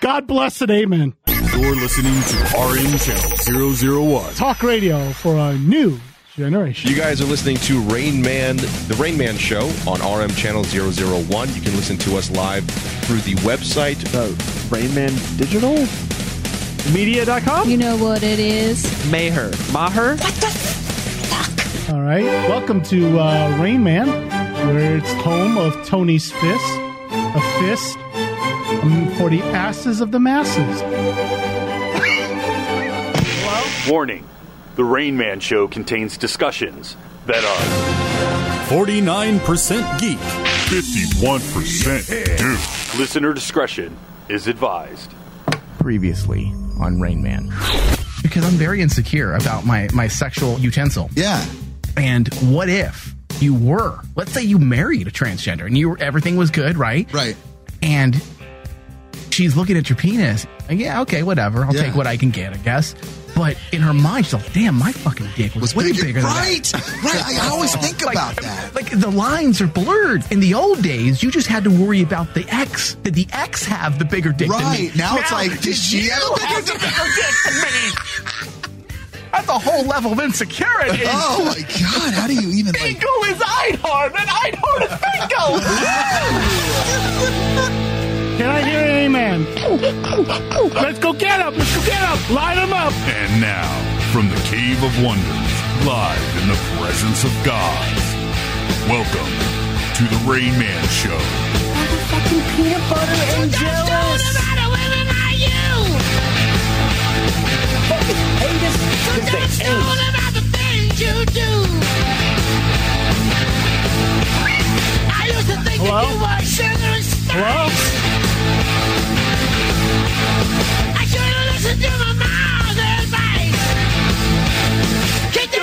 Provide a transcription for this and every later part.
God bless and amen. You're listening to RM Channel 001. Talk radio for a new generation. You guys are listening to Rain Man, the Rain Man Show on RM Channel 001. You can listen to us live through the website. Uh, Rain Man Digital? Media.com? You know what it is? Maher. Maher? All right. Welcome to uh, Rain Man, where it's home of Tony's Fist, a fist um, for the asses of the masses. Warning The Rain Man Show contains discussions that are 49% geek. 51% dude. listener discretion is advised. previously on Rain Man. Because I'm very insecure about my, my sexual utensil. Yeah. And what if you were, let's say you married a transgender and you were, everything was good, right? Right. And she's looking at your penis. And yeah, okay, whatever. I'll Yeah. take what I can get, I guess. But in her mind, she's like, damn, my fucking dick was, way bigger than that. right. Right. I always think about that. Like the lines are blurred. In the old days, you just had to worry about the X. Did the X have the bigger dick? Than me? Right. Now it's like, did she have a bigger have the bigger dick than me? That's a whole level of insecurity. Oh my god! How do you even like? Bingo is Einhorn, and Einhorn is Bingo. Can I hear an amen? Let's go get him. Let's go get him. Line him up. And now, from the Cave of Wonders, live in the presence of God, welcome to the Rain Man Show. Hello? All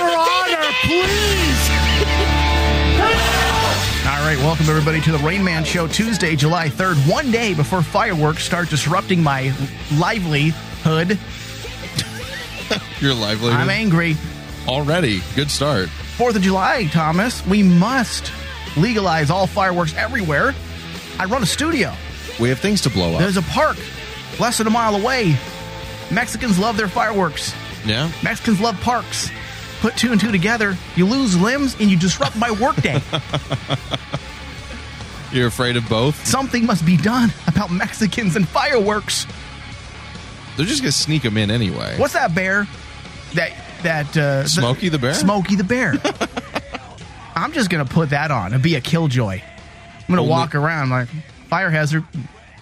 right, welcome everybody to the Rain Man Show, Tuesday, July 3rd, one day before fireworks start disrupting my livelihood. Your livelihood. I'm angry. Already. Good start. Fourth of July, Thomas, we must legalize all fireworks everywhere. I run a studio. We have things to blow up. There's a park less than a mile away. Mexicans love their fireworks. yeah. Mexicans love parks. Put two and two together, you lose limbs and you disrupt my workday. You're afraid of both? Something must be done about Mexicans and fireworks. They're just going to sneak them in anyway. What's that bear? That that uh, Smokey the Bear? Smokey the bear. I'm just gonna put that on and be a killjoy. I'm gonna Only- walk around like fire hazard.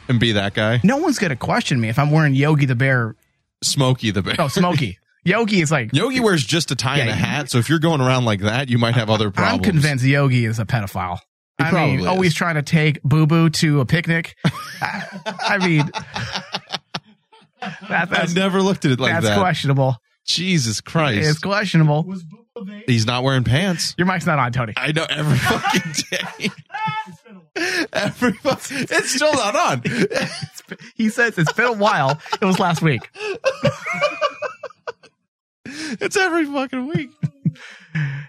And be that guy? No one's gonna question me if I'm wearing Yogi the bear. Smokey the Bear. Oh, Smokey. Yogi is like Yogi wears just a tie and Yeah, a you- hat, so if you're going around like that, you might have other problems. I'm convinced Yogi is a pedophile. He I mean, probably always is. trying to take Boo Boo to a picnic. I, I mean, that- I that's, never looked at it like that's that. questionable. Jesus Christ. It's questionable. He's not wearing pants. Your mic's not on, Tony. I know every fucking day. every fu- it's still not on. He says it's been a while. It was last week. It's every fucking week.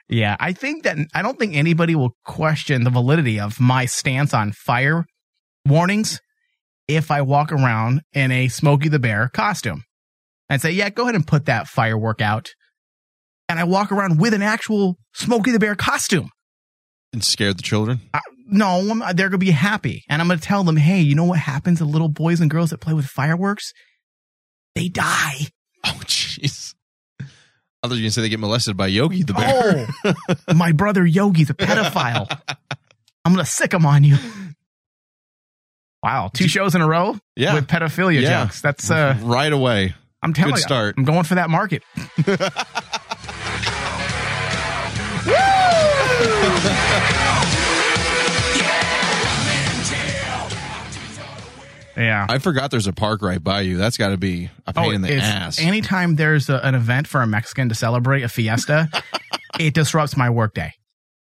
Yeah, I think that I don't think anybody will question the validity of my stance on fire warnings if I walk around in a Smokey the Bear costume and say, "Yeah, go ahead and put that firework out." And I walk around with an actual Smokey the Bear costume. And scared the children. I, no, I'm- they're gonna be happy, and I'm gonna tell them, "Hey, you know what happens to little boys and girls that play with fireworks? They die." Oh jeez. I thought you were gonna say they get molested by Yogi the bear. Oh, my brother Yogi's a pedophile. I'm gonna sick him on you. Wow, two shows in a row Yeah. with pedophilia Yeah. jokes. That's uh, right away. I'm telling Good you, start. I'm going for that market. yeah. Oh, I forgot there's a park right by you. That's got to be a pain in the it's- ass. Anytime there's a, an event for a Mexican to celebrate a fiesta, it disrupts my workday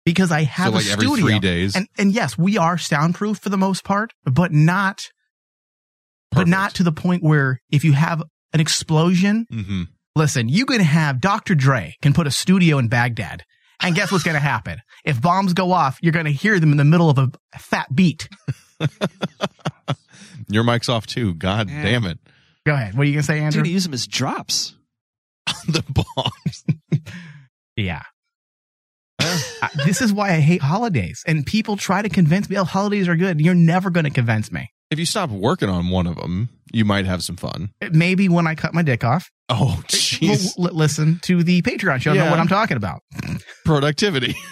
because I have So, like, a every studio. three days? and and yes, we are soundproof for the most part, but not, but Perfect. not to the point where if you have an explosion, Mhm. listen, you can have Dr. Dre can put a studio in Baghdad. And guess what's going to happen? If bombs go off, you're going to hear them in the middle of a fat beat. Your mic's off too. God Yeah. damn it. Go ahead. What are you gonna say, Andrew? Dude, use them as drops. the bombs. yeah. I- this is why I hate holidays. And people try to convince me, oh, holidays are good. You're never going to convince me. If you stop working on one of them, you might have some fun. Maybe when I cut my dick off, Oh, Well, jeez. l- listen to the Patreon show. Yeah. Know what I'm talking about. Productivity.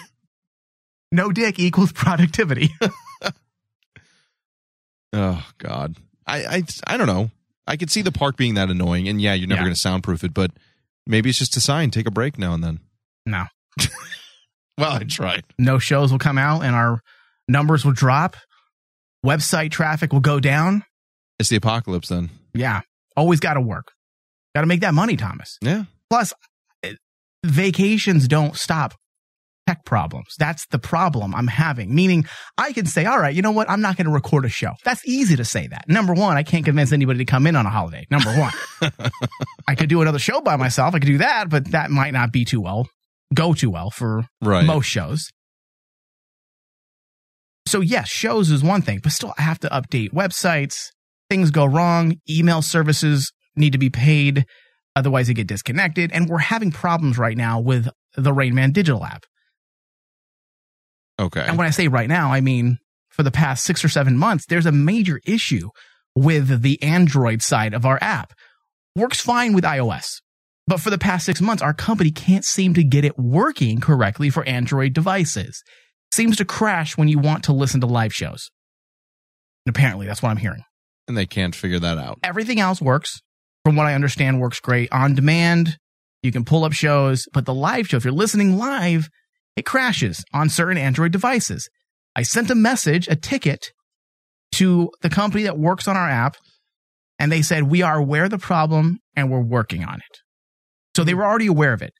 No dick equals productivity. Oh God, I, I I don't know. I could see the park being that annoying, and yeah, you're never Yeah. going to soundproof it, but maybe it's just a sign. Take a break now and then. No. well, I tried. no shows will come out, and our numbers will drop. Website traffic will go down. It's the apocalypse then. Yeah, always got to work. Got to make that money, Thomas. Yeah. Plus, eh, vacations don't stop tech problems. That's the problem I'm having. Meaning, I can say, all right, you know what? I'm not going to record a show. That's easy to say that. Number one, I can't convince anybody to come in on a holiday. Number one, I could do another show by myself. I could do that, but that might not be too well, go too well for Right. most shows. So yes, shows is one thing, but still I have to update websites. Things go wrong. Email services need to be paid, otherwise they get disconnected. And we're having problems right now with the Rainman digital app. Okay. And when I say right now, I mean for the past six or seven months, there's a major issue with the Android side of our app. Works fine with iOS. But for the past six months, our company can't seem to get it working correctly for Android devices. Seems to crash when you want to listen to live shows. And apparently, that's what I'm hearing. and they can't figure that out. Everything else works, from what I understand, works great. On demand, you can pull up shows, but the live show, if you're listening live, it crashes on certain Android devices. I sent a message, a ticket to the company that works on our app, and they said, We are aware of the problem and we're working on it. So they were already aware of it.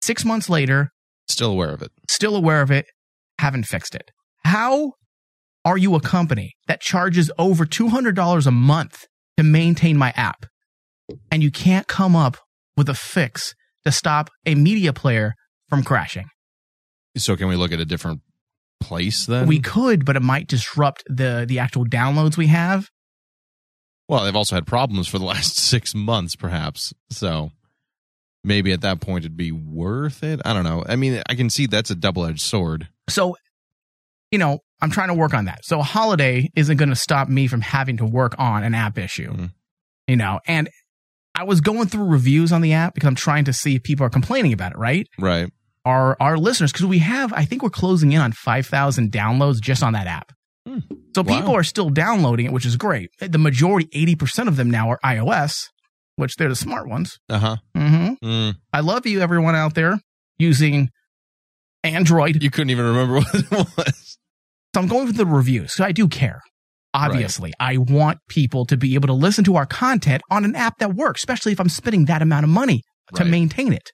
Six months later, Still aware of it. still aware of it, haven't fixed it. How are you a company that charges over $200 a month to maintain my app and you can't come up with a fix to stop a media player from crashing? So can we look at a different place then? We could, but it might disrupt the the actual downloads we have. well, they've also had problems for the last six months, perhaps. So maybe at that point it'd be worth it. I don't know. I mean, I can see that's a double edged sword. So, you know, I'm trying to work on that. So, a holiday isn't going to stop me from having to work on an app issue, Mhm. you know. And I was going through reviews on the app because I'm trying to see if people are complaining about it, right? Right. Our our listeners, because we have, I think we're closing in on 5,000 downloads just on that app. Hmm. So, Wow. people are still downloading it, which is great. The majority, 80% of them now are iOS, which they're the smart ones. Uh huh. hmm Mm. I love you, everyone out there using Android. You couldn't even remember what it was. So I'm going for the reviews. So I do care. Obviously, I want people to be able to listen to our content on an app that works, especially if I'm spending that amount of money to Right. maintain it.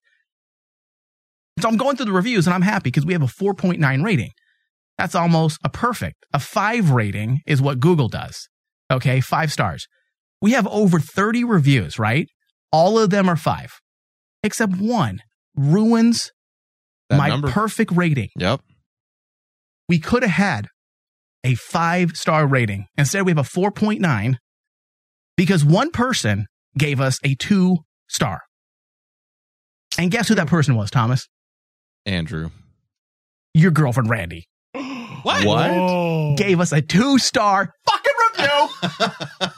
So I'm going through the reviews and I'm happy because we have a 4.9 rating. That's almost a perfect. A five rating is what Google does. Okay, five stars. We have over 30 reviews, right? All of them are five, except one ruins That my number. perfect rating yep. we could have had a five star rating. Instead, we have a 4.9 because one person gave us a two star. And guess who that person was, Thomas? Andrew. Your girlfriend, Randy, What? Whoa. gave us a two star fucking review.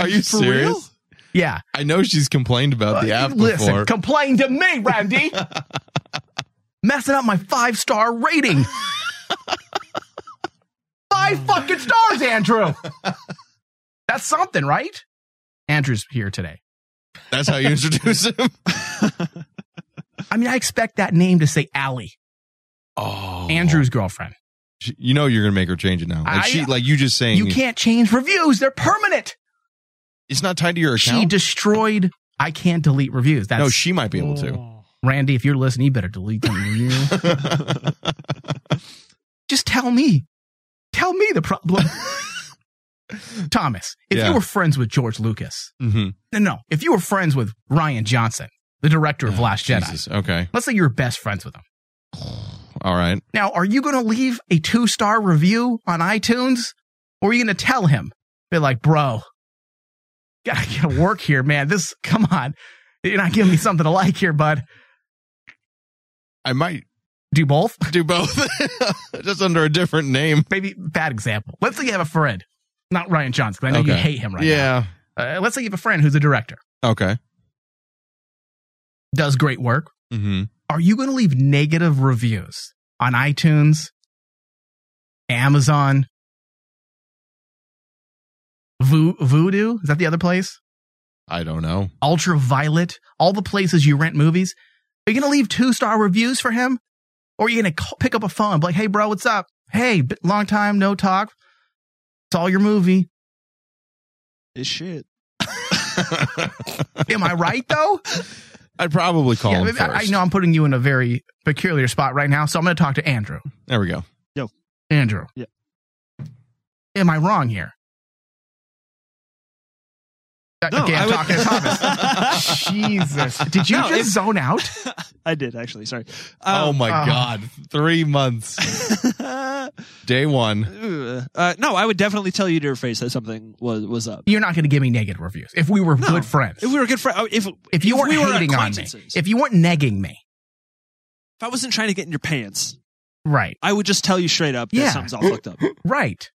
Are, you for serious? real? yeah. I know she's complained about the Uh, app listen, before. complain to me, Randy. Messing up my five star rating. five fucking stars, Andrew. That's something, right? Andrew's here today. That's how you introduce him. I mean, I expect that name to say Allie, Oh, Andrew's girlfriend. She- You know you're gonna make her change it now. Like I- she, like you just saying, You can't change reviews, they're permanent. It's not tied to your She account. destroyed. I can't delete reviews. That's no, she might be able to. Randy. If you're listening, you better delete them. You- Just tell me. Tell me the problem. Thomas, if Yeah. you were friends with George Lucas, hmm no, no, if you were friends with Ryan Johnson, the director of Last Jedi, Jesus. Okay. let's say you were best friends with him. All right. Now, are you going to leave a two star review on iTunes or are you going to tell him, be like, bro, gotta get to work here, man. This, come on, you're not giving me something to like here, bud. I might Do both. do both, just under a different name. Maybe bad example. Let's say you have a friend, not Ryan Johnson, 'cause I know you Okay. hate him right yeah. now. Uh, let's say you have a friend who's a director, Okay. does great work. Mm-hmm. Are you going to leave negative reviews on iTunes, Amazon, Vo- Voodoo? Is that the other place? I don't know. Ultraviolet, all the places you rent movies. Are you going to leave two star reviews for him? Or are you going to pick up a phone and be like, hey, bro, what's up? Hey, b- long time, no talk. Saw your movie. It's shit. Am I right, though? I'd probably call him maybe- first. I, I know I'm putting you in a very peculiar spot right now, so I'm going to talk to Andrew. There we go. Andrew. Yeah. Am I wrong here? Uh, okay, I'm I would- talking to Thomas. Jesus. Did you No, just if- zone out? I did actually. Sorry. Um, oh my uh-huh. uh, god! Three months, my. day one. uh, no, I would definitely tell you to your face that something was was up. You're not going to give me negative reviews if we were good friends. If we were good friends, if if you weren't we were hating on me, acquaintances. if you weren't negging me, if I wasn't trying to get in your pants, right, I would just tell you straight up that Yeah. something's all fucked up. right.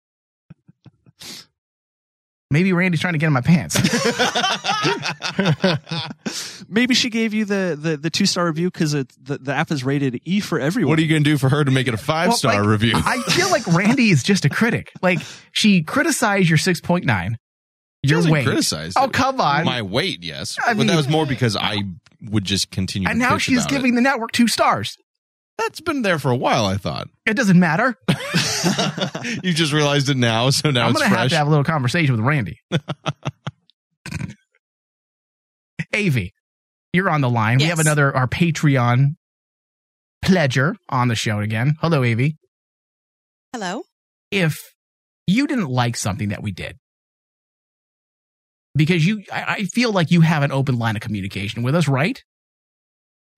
Maybe Randy's trying to get in my pants. Maybe she gave you the the, the two star review because the the app is rated E for everyone. What are you gonna do for her to make it a five star like, review? I feel like Randy is just a critic. Like she criticized your six point nine, your Doesn't weight. criticize Oh it. come on! my weight, yes, I but mean- that was more because I would just continue. and to now bitch she's about it. giving the network two stars. That's been there for a while. I thought It doesn't matter. you just realized it now, so now I'm it's gonna have fresh. to have a little conversation with Randy. Avi, you're on the line. We have another our Patreon pledger on the show again. Hello, Avi. Hello. If you didn't like something that we did, because you, I, I feel like you have an open line of communication with us, right?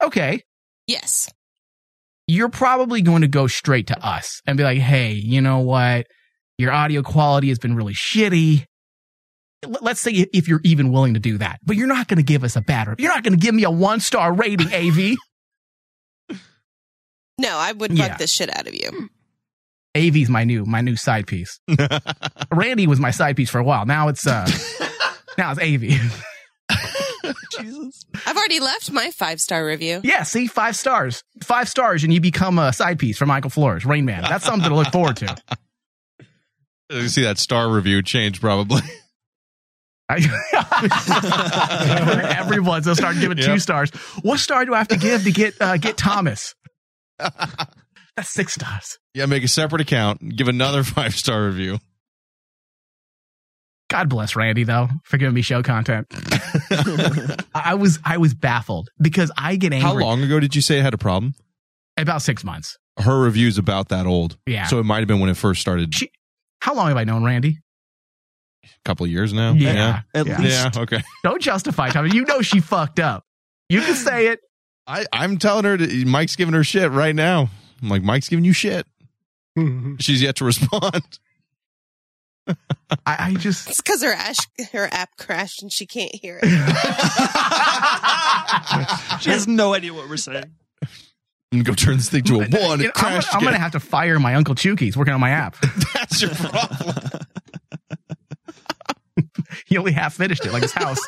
Okay, Yes. you're probably going to go straight to us and be like, hey, you know what? Your audio quality has been really shitty. L- Let's say if you're even willing to do that, but you're not going to give us a bad review. You're not going to give me a one star rating, AV. No, I would bug Yeah. the shit out of you. AV's my new my new side piece. Randy was my side piece for a while. Now it's uh now it's AV. I've already left my five star review. yeah, see, five stars. Five stars and you become a side piece for Michael Flores, Rain Man. That's something to look forward to. Uh, You see that star review change probably. I- Everyone's gonna start giving two Yep. stars. What star do I have to give to get uh, get Thomas? That's six stars. yeah, make a separate account, and give another five star review. God bless Randy though for giving me show content. I was I was baffled because I get angry How long ago did you say it had a problem? about six months. Her review's about that old, Yeah. so it might have been when it first started. She- How long have I known Randy? A couple of years now. At Yeah. least Yeah. Okay. Don't justify Thomas. You know she fucked up. You can say it. I, I'm telling her to, Mike's giving her shit right now. I'm like, Mike's giving you shit. She's yet to respond. Mm-hmm. I, I just It's because her ash, her app crashed and she can't hear it. she has no idea what we're saying. I'm gonna go turn this thing to a You know, one. It I'm, gonna, crashed I'm gonna again. have to fire my uncle Chucky. He's working on my app. That's your problem. he only half finished it, like his house.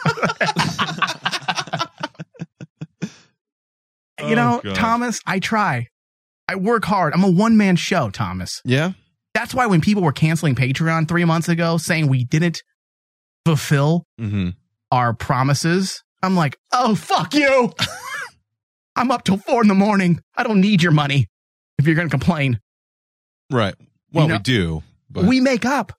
you know, Oh, God. Thomas, I try. I work hard. I'm a one man show, Thomas. yeah. That's why when people were canceling Patreon three months ago, saying we didn't fulfill Mm-hmm. our promises, I'm like, oh, fuck you. I'm up till four in the morning. I don't need your money if you're going to complain. Right. Well, You know- we do. But we make up.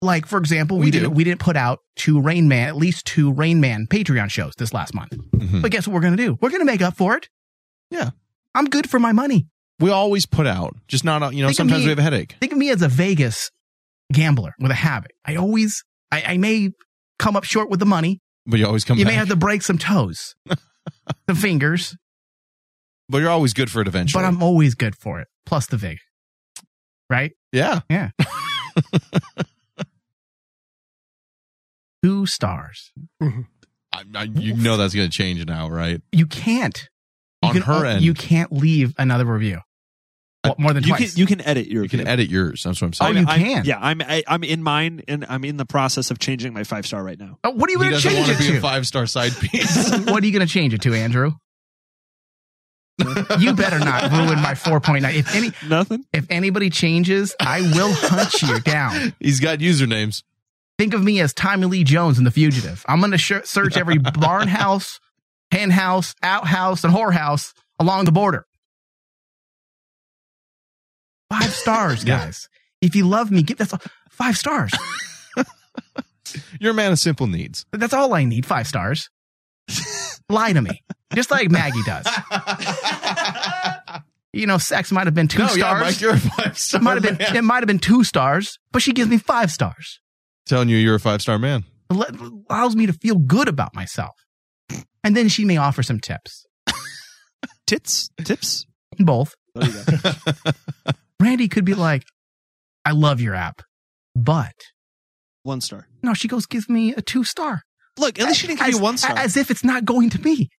Like for example, we, We do. didn't we didn't put out two Rain Man, at least two Rain Man Patreon shows this last month. Mhm. But guess what we're gonna do? We're gonna make up for it. Yeah. I'm good for my money. we always put out, just not. You know, Think of sometimes me- we have a headache. Think of me as a Vegas gambler with a habit. I always I, I may come up short with the money. But you always come you back. may have to break some toes, some fingers, but you're always good for it eventually. but I'm always good for it. Plus the vig. Right? yeah. Yeah. two stars. I, I, you know that's going to change now, right? You can't. You On can her o- end. You can't leave another review. Well, more than you twice. Can, you can edit your. You can edit yours. That's what I'm Oh, saying. you I'm- can. Yeah, I'm I, I'm in mine, and I'm in the process of changing my five star right now. Oh, what are you he going to doesn't change want it to be a to? five star side piece. what are you going to change it to, Andrew? you better not ruin my 4.9. If any, Nothing. if anybody changes, I will hunt you down. He's got usernames. Think of me as Tommy Lee Jones in The Fugitive. I'm going to sh- search every barn house, hen house, outhouse, and whorehouse along the border. Five stars, guys. If you love me, give that's all- five stars. You're a man of simple needs. That's all I need. Five stars. Lie to me, just like Maggie does. You know, sex might have been two no, stars. yeah, Mike, you're a five star. It might have been man. it might have been two stars, but she gives me five stars. telling you you're a five star man. Let- allows me to feel good about myself. And then she may offer some tips. Tits tips. Both. There you go. Randy could be like, "I love your app," but One star. no, she goes, "Give me a two star." Look, at least she didn't give as, you one star. as if it's not going to me.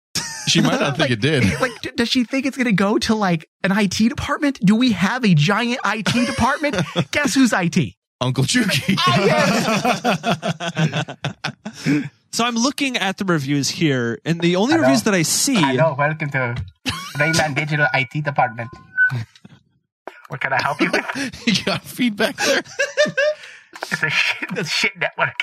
She might not think it did. Like, d- does she think it's going to go to like an IT department? Do we have a giant IT department? Guess who's IT? Uncle Chucky. so I'm looking at the reviews here, and the only reviews that I see, Welcome to Rayman Digital IT department. What can I help you with? you got feedback there. It's a shit, it's shit network.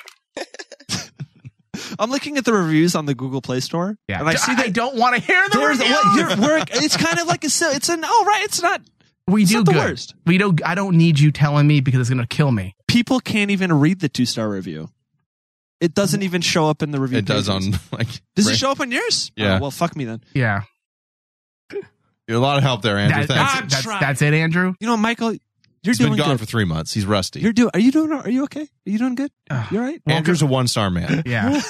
I'm looking at the reviews on the Google Play Store, Yeah, and I see that don't want to hear the there's reviews. what you're, we're, it's kind of like a si- it's an oh right, it's not we it's do not the good. worst. We don't. I don't need you telling me because it's gonna kill me. people can't even read the two star review. It doesn't even show up in the review. It does on pages. like. Does Ra- it show up on yours? Yeah. Oh, well, fuck me then. Yeah, You're a lot of help there, Andrew. That- Thanks. I'm that's, that's, trying. that's it, Andrew. You know, Michael, you're He's doing been gone good. for three months. He's rusty. you're doing. Are you doing? Are you okay? Are you doing good? Ugh. You all right? Andrew's a one star man. Yeah.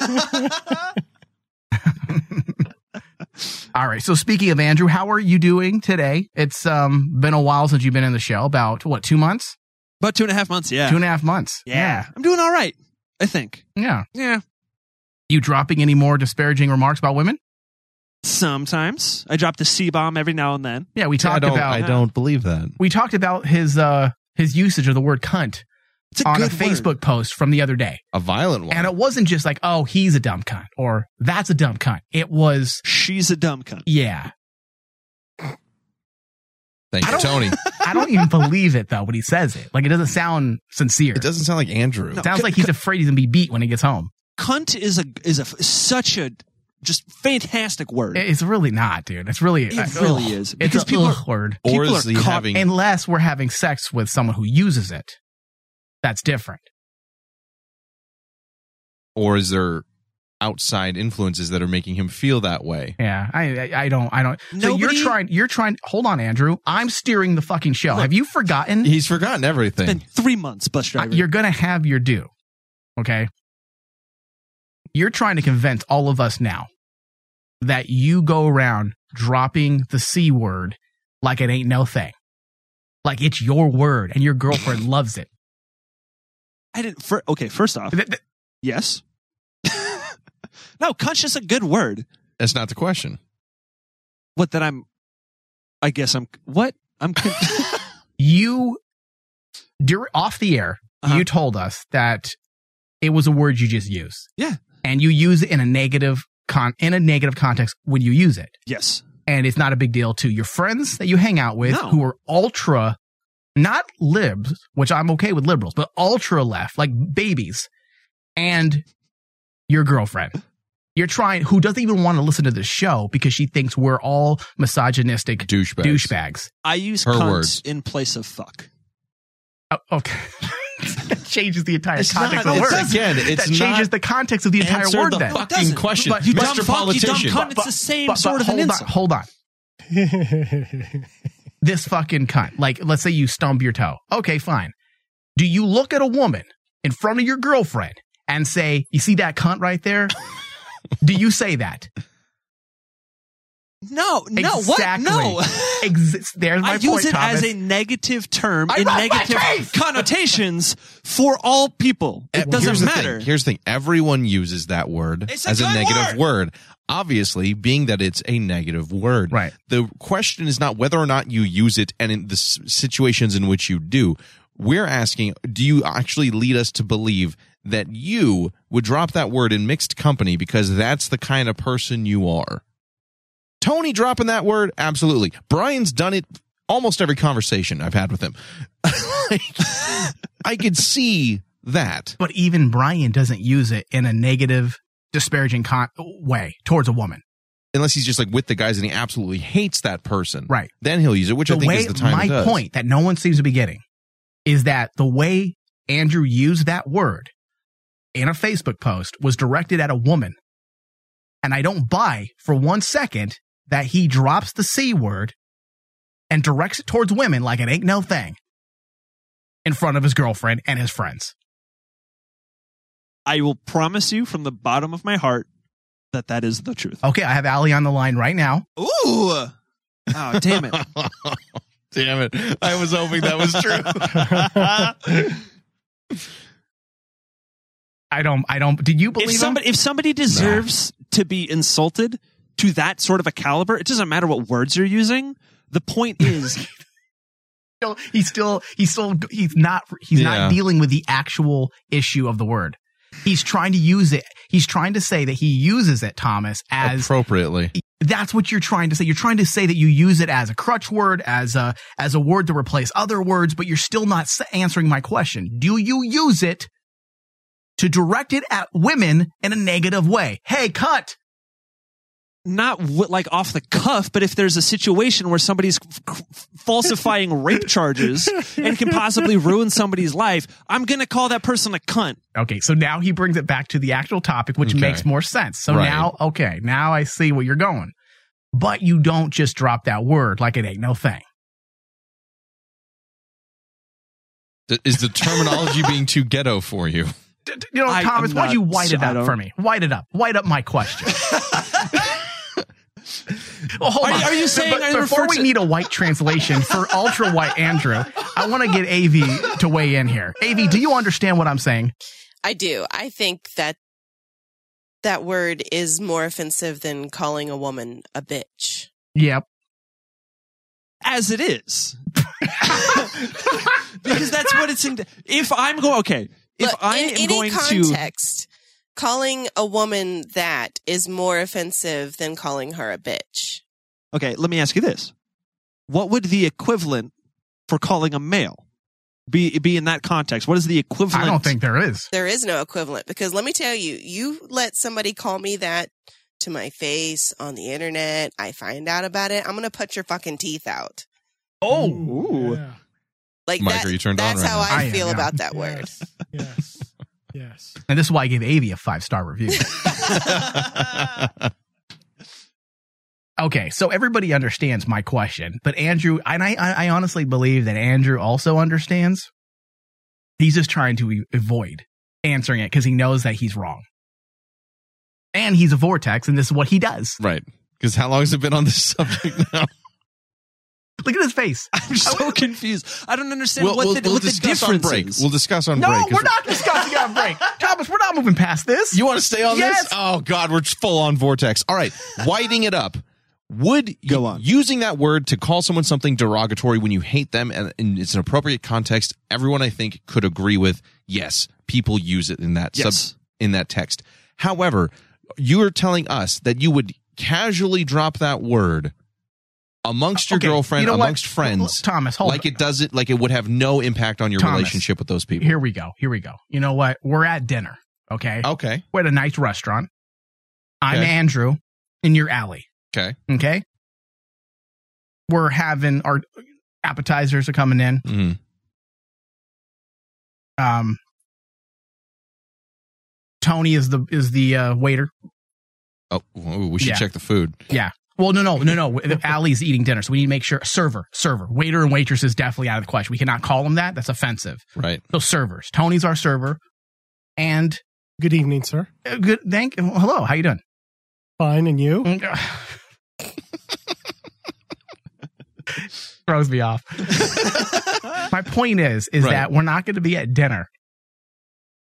All right. So speaking of Andrew, how are you doing today? It's um been a while since you've been in the show. About what? Two months? About two and a half months. Yeah. Two and a half months. yeah. I'm doing all right. I think. Yeah. Yeah. Yeah. You dropping any more disparaging remarks about women? Sometimes I drop the C bomb every now and then. Yeah, we I talked don't. about I don't believe that. we talked about his uh his usage of the word cunt It's a on a good word. Facebook post from the other day. A violent one. And it wasn't just like, oh, he's a dumb cunt or that's a dumb cunt. It was, She's a dumb cunt. yeah. Thank I you, don't- Tony. I don't even believe it though when he says it. Like it doesn't sound sincere. It doesn't sound like Andrew. No. sounds like he's afraid he's gonna be beat when he gets home. Cunt is a is a such a just fantastic word. It- It's really not, dude. It's really, It it's really is It's because a people people are, word. Or people is are he caught having? Unless we're having sex with someone who uses it, that's different. or is there outside influences that are making him feel that way? Yeah, I, I, I don't, I don't. so Nobody- you're trying, you're trying. Hold on, Andrew. I'm steering the fucking show. Look. Have you forgotten? He's forgotten everything. it's been three months. Bus Uh, driver. you're gonna have your due. Okay. You're trying to convince all of us now that you go around dropping the c word like it ain't no thing, like it's your word and your girlfriend loves it. I didn't. For, okay, first off, Th- th- yes. no, cunt's just a good word. That's not the question. What that I'm? I guess I'm. What I'm. Con- You, dur- off the air, Uh-huh. you told us that it was a word you just used. Yeah. and you use it in a negative con in a negative context when you use it. yes. and it's not a big deal to your friends that you hang out with No. who are ultra not libs which i'm okay with liberals but ultra left like babies and your girlfriend you're trying who doesn't even want to listen to this show because she thinks we're all misogynistic Douchebag. douchebags I use Her cunt words. in place of fuck. oh, okay that changes the entire It's context not- of the it's word not- Again, it's that changes not the context of the entire answer word the then fucking Doesn't. question, But you dumb Mr. fuck, you dumb Politician. cunt. It's the same But- sort of but an hold on, insult. hold on this fucking cunt. Like, let's say you stump your toe. Okay, fine. Do you look at a woman in front of your girlfriend and say, You see that cunt right there? Do you say that? No, no, what? No. Ex- there's my I point, use it Thomas. as a negative term I in rub my negative teeth! connotations for all people. It Here's doesn't the matter. Thing. Here's the thing. Everyone uses that word It's a as a good negative word. Obviously, being that it's a negative word. Right. The question is not whether or not you use it and in the s- situations in which you do. We're asking, do you actually lead us to believe that you would drop that word in mixed company because that's the kind of person you are? Tony dropping that word? Absolutely. Brian's done it almost every conversation I've had with him. Like, I could see that. but even Brian doesn't use it in a negative, disparaging con- way towards a woman. unless he's just like with the guys and he absolutely hates that person. Right. Then he'll use it, which I think way, is the time. my it does. point that no one seems to be getting is that the way Andrew used that word in a Facebook post was directed at a woman. And I don't buy for one second that he drops the C word and directs it towards women like it ain't no thing in front of his girlfriend and his friends. I will promise you from the bottom of my heart that that is the truth. Okay, I have Allie on the line right now. Ooh. Oh, damn it. Damn it! I was hoping that was true. I don't, Um, I don't, do you believe if him? somebody if somebody deserves to be insulted to that sort of a caliber, it doesn't matter what words you're using. The point is, still he's still he's still he's not he's Yeah. not dealing with the actual issue of the word. He's trying to use it. He's trying to say that he uses it, Thomas, as Appropriately, that's what you're trying to say. You're trying to say that you use it as a crutch word, as a as a word to replace other words, but you're still not s- answering my question. Do you use it to direct it at women in a negative way? Hey, cut. not w- like off the cuff, but if there's a situation where somebody's f- f- falsifying rape charges and can possibly ruin somebody's life, I'm going to call that person a cunt. Okay, so now he brings it back to the actual topic, which Okay. makes more sense. So Right. now, okay, now I see where you're going. But you don't just drop that word like it ain't no thing. Th- is the terminology being too ghetto for you? D- d- You know, I- Thomas, I'm why don't you not- white it I up don't- for me? White it up. White up my question. well, hold Are you- on. are you saying But I before refer we to- need a white translation for ultra white Andrew, I want to get AV to weigh in here. AV, do you understand what I'm saying? I do. I think that that word is more offensive than calling a woman a bitch. Yep. as it is. because that's what it's in. If I'm going, okay. If Look, I in am any going to, context, calling a woman that is more offensive than calling her a bitch. okay, let me ask you this: What would the equivalent for calling a male be? Be in that context? What is the equivalent? I don't think there is. There is no equivalent because let me tell you, you let somebody call me that to my face on the internet, I find out about it, I'm going to put your fucking teeth out. Oh. Yeah. Like Mike, that, are you turned on that's right how now? I, I am, feel yeah. about that word. yes. Yes. Yes. And this is why I gave AV a five star review. Okay, so everybody understands my question, but Andrew, and I, I I honestly believe that Andrew also understands. He's just trying to e- avoid answering it because he knows that he's wrong. And he's a vortex, and this is what he does. right. Because how long has it been on this subject now? Look at his face. I'm so confused. I don't understand what the, what the discuss on difference break. is. We'll discuss on No, break. 'cause Oh, we're not discussing on break. Thomas, we're not moving past this. You want to stay on Yes. this? Oh God, we're full on vortex. All right, whiting it up. Would go on. using that word to call someone something derogatory when you hate them and, and it's an appropriate context. Everyone, I think, could agree with yes. People use it in that Yes. sub in that text. However, you are telling us that you would casually drop that word amongst your Okay, girlfriend, you know what? amongst friends, Thomas, hold like on. it does it like it would have no impact on your Thomas. relationship with those people. Here we go. Here we go. You know what? We're at dinner. Okay. Okay, We're at a nice restaurant. I'm Okay. Andrew, and you're Allie. okay, Okay. We're having our appetizers are coming in. Mhm. Um, Tony is the is the uh, waiter. oh, whoa, we should Yeah. check the food. Well, no, no, no, no. Allie's eating dinner, so we need to make sure server, server, waiter, and waitress is definitely out of the question. We cannot call them that. That's offensive. Right. So servers. Tony's our server, and Good evening, sir. uh, good. Thank. Hello. How you doing? Fine, and you? Mm, throws me off. My point is, is Right. that we're not going to be at dinner,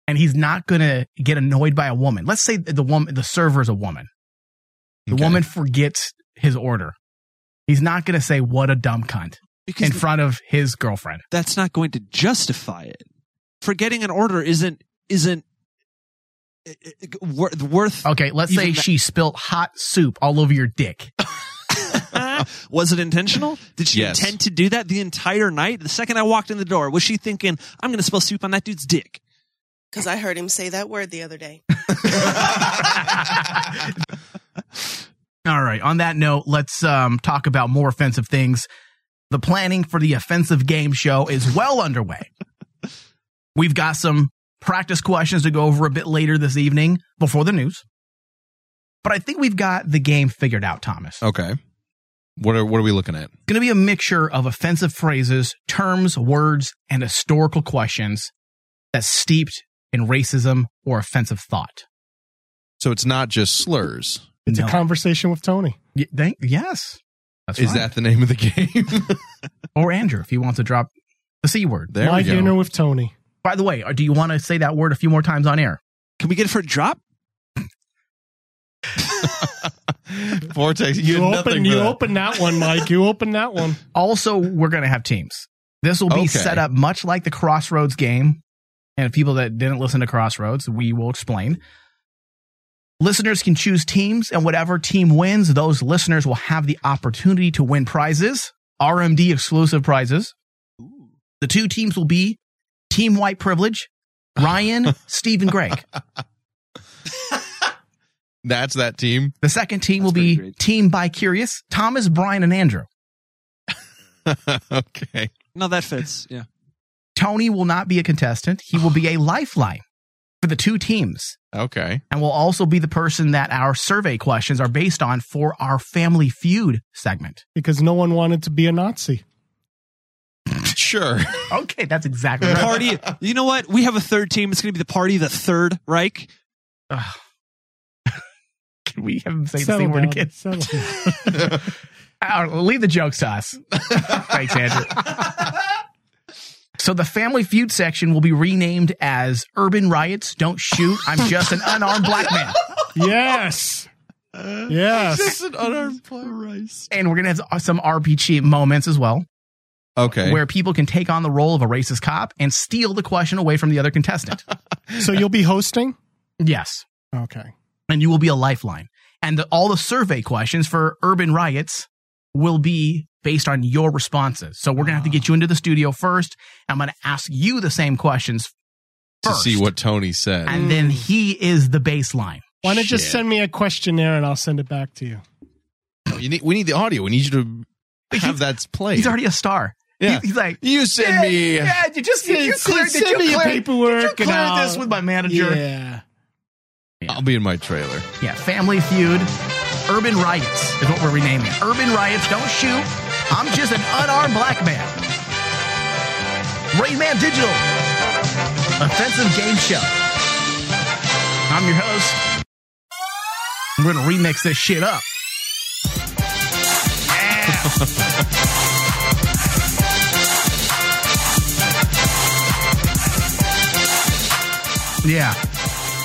and he's not going to get annoyed by a woman. Let's say the woman, the server's a woman. The woman forgets his order. He's not going to say "what a dumb cunt" in front of his girlfriend. That's not going to justify it. Forgetting an order isn't isn't eh, eh, wor- worth. Okay, let's say she spilt hot soup all over your dick. uh, was it intentional? Did she Yes. intend to do that the entire night? The second I walked in the door, was she thinking I'm going to spill soup on that dude's dick? Because I heard him say that word the other day. All right. On that note, let's um, talk about more offensive things. The planning for the offensive game show is well underway. We've got some practice questions to go over a bit later this evening before the news. But I think we've got the game figured out, Thomas. Okay. What are what are we looking at? It's going to be a mixture of offensive phrases, terms, words, and historical questions that's steeped in racism or offensive thought. So it's not just slurs. It's No. a conversation with Tony. Y- thank- yes. Is that the name of the game? or Andrew, if he wants to drop the C word. There My dinner with Tony. By the way, uh, do you want to say that word a few more times on air? Can we get it for a drop? Vortex, you, You, had nothing open. for You that. open that one, Mike. You open that one. Also, we're going to have teams. This will be Okay. set up much like the Crossroads game. And people that didn't listen to Crossroads, we will explain. Listeners can choose teams, and whatever team wins, those listeners will have the opportunity to win prizes, RMD exclusive prizes. The two teams will be Team White Privilege, Ryan, Steve, and Greg. That's that team. The second team will be Team By Curious, Thomas, Brian, and Andrew. okay. No, that fits. Yeah. Tony will not be a contestant. He will be a lifeline for the two teams Okay. and will also be the person that our survey questions are based on for our family feud segment. Because no one wanted to be a Nazi. Sure. Okay, that's exactly right. Party. you know what? We have a third team. It's going to be the party, the Third Reich. Can we have him say the Settle same word down. again? Settle down. Uh, leave the jokes to us. Thanks, Andrew. So the family feud section will be renamed as Urban Riots Don't Shoot. I'm just an unarmed black man. Yes. Yes. an unarmed rice. And we're going to have uh, some RPG moments as well. Okay. where people can take on the role of a racist cop and steal the question away from the other contestant. So you'll be hosting. yes. Okay. And you will be a lifeline. And the, all the survey questions for urban riots will be based on your responses. So we're going to have to get you into the studio first. I'm going to ask you the same questions to first. see what Tony said. And then he is the baseline. Why don't you just Shit. send me a questionnaire and I'll send it back to you. No, you need, we need the audio. We need you to have that played. He's already a star. Yeah. He- he's like, You send yeah, me. Yeah, you just you Send- cleared, did send you me your clear- paperwork Did you and clear I'll- this with my manager? Yeah. I'll be in my trailer. Yeah, Family Feud, Urban Riots is what we're renaming. it. Urban Riots, don't shoot. I'm just an unarmed black man. Rain Man Digital, offensive game show. I'm your host. We're gonna remix this shit up. Yeah. yeah.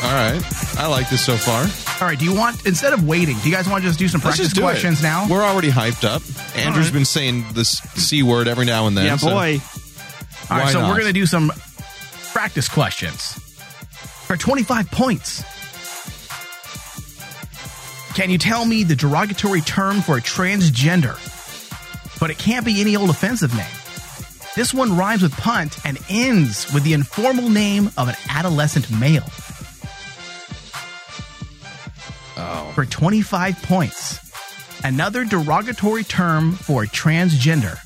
All right. I like this so far. All right. Do you want instead of waiting? Do you guys want to just do some Let's practice just do questions it. now? We're already hyped up. Andrew's right. been saying this c word every now and then. yeah, so boy. All right. why So not? we're gonna do some practice questions for 25 points. Can you tell me the derogatory term for a transgender? But it can't be any old offensive name. This one rhymes with punt and ends with the informal name of an adolescent male. Oh. For 25 points. Another derogatory term for a transgender.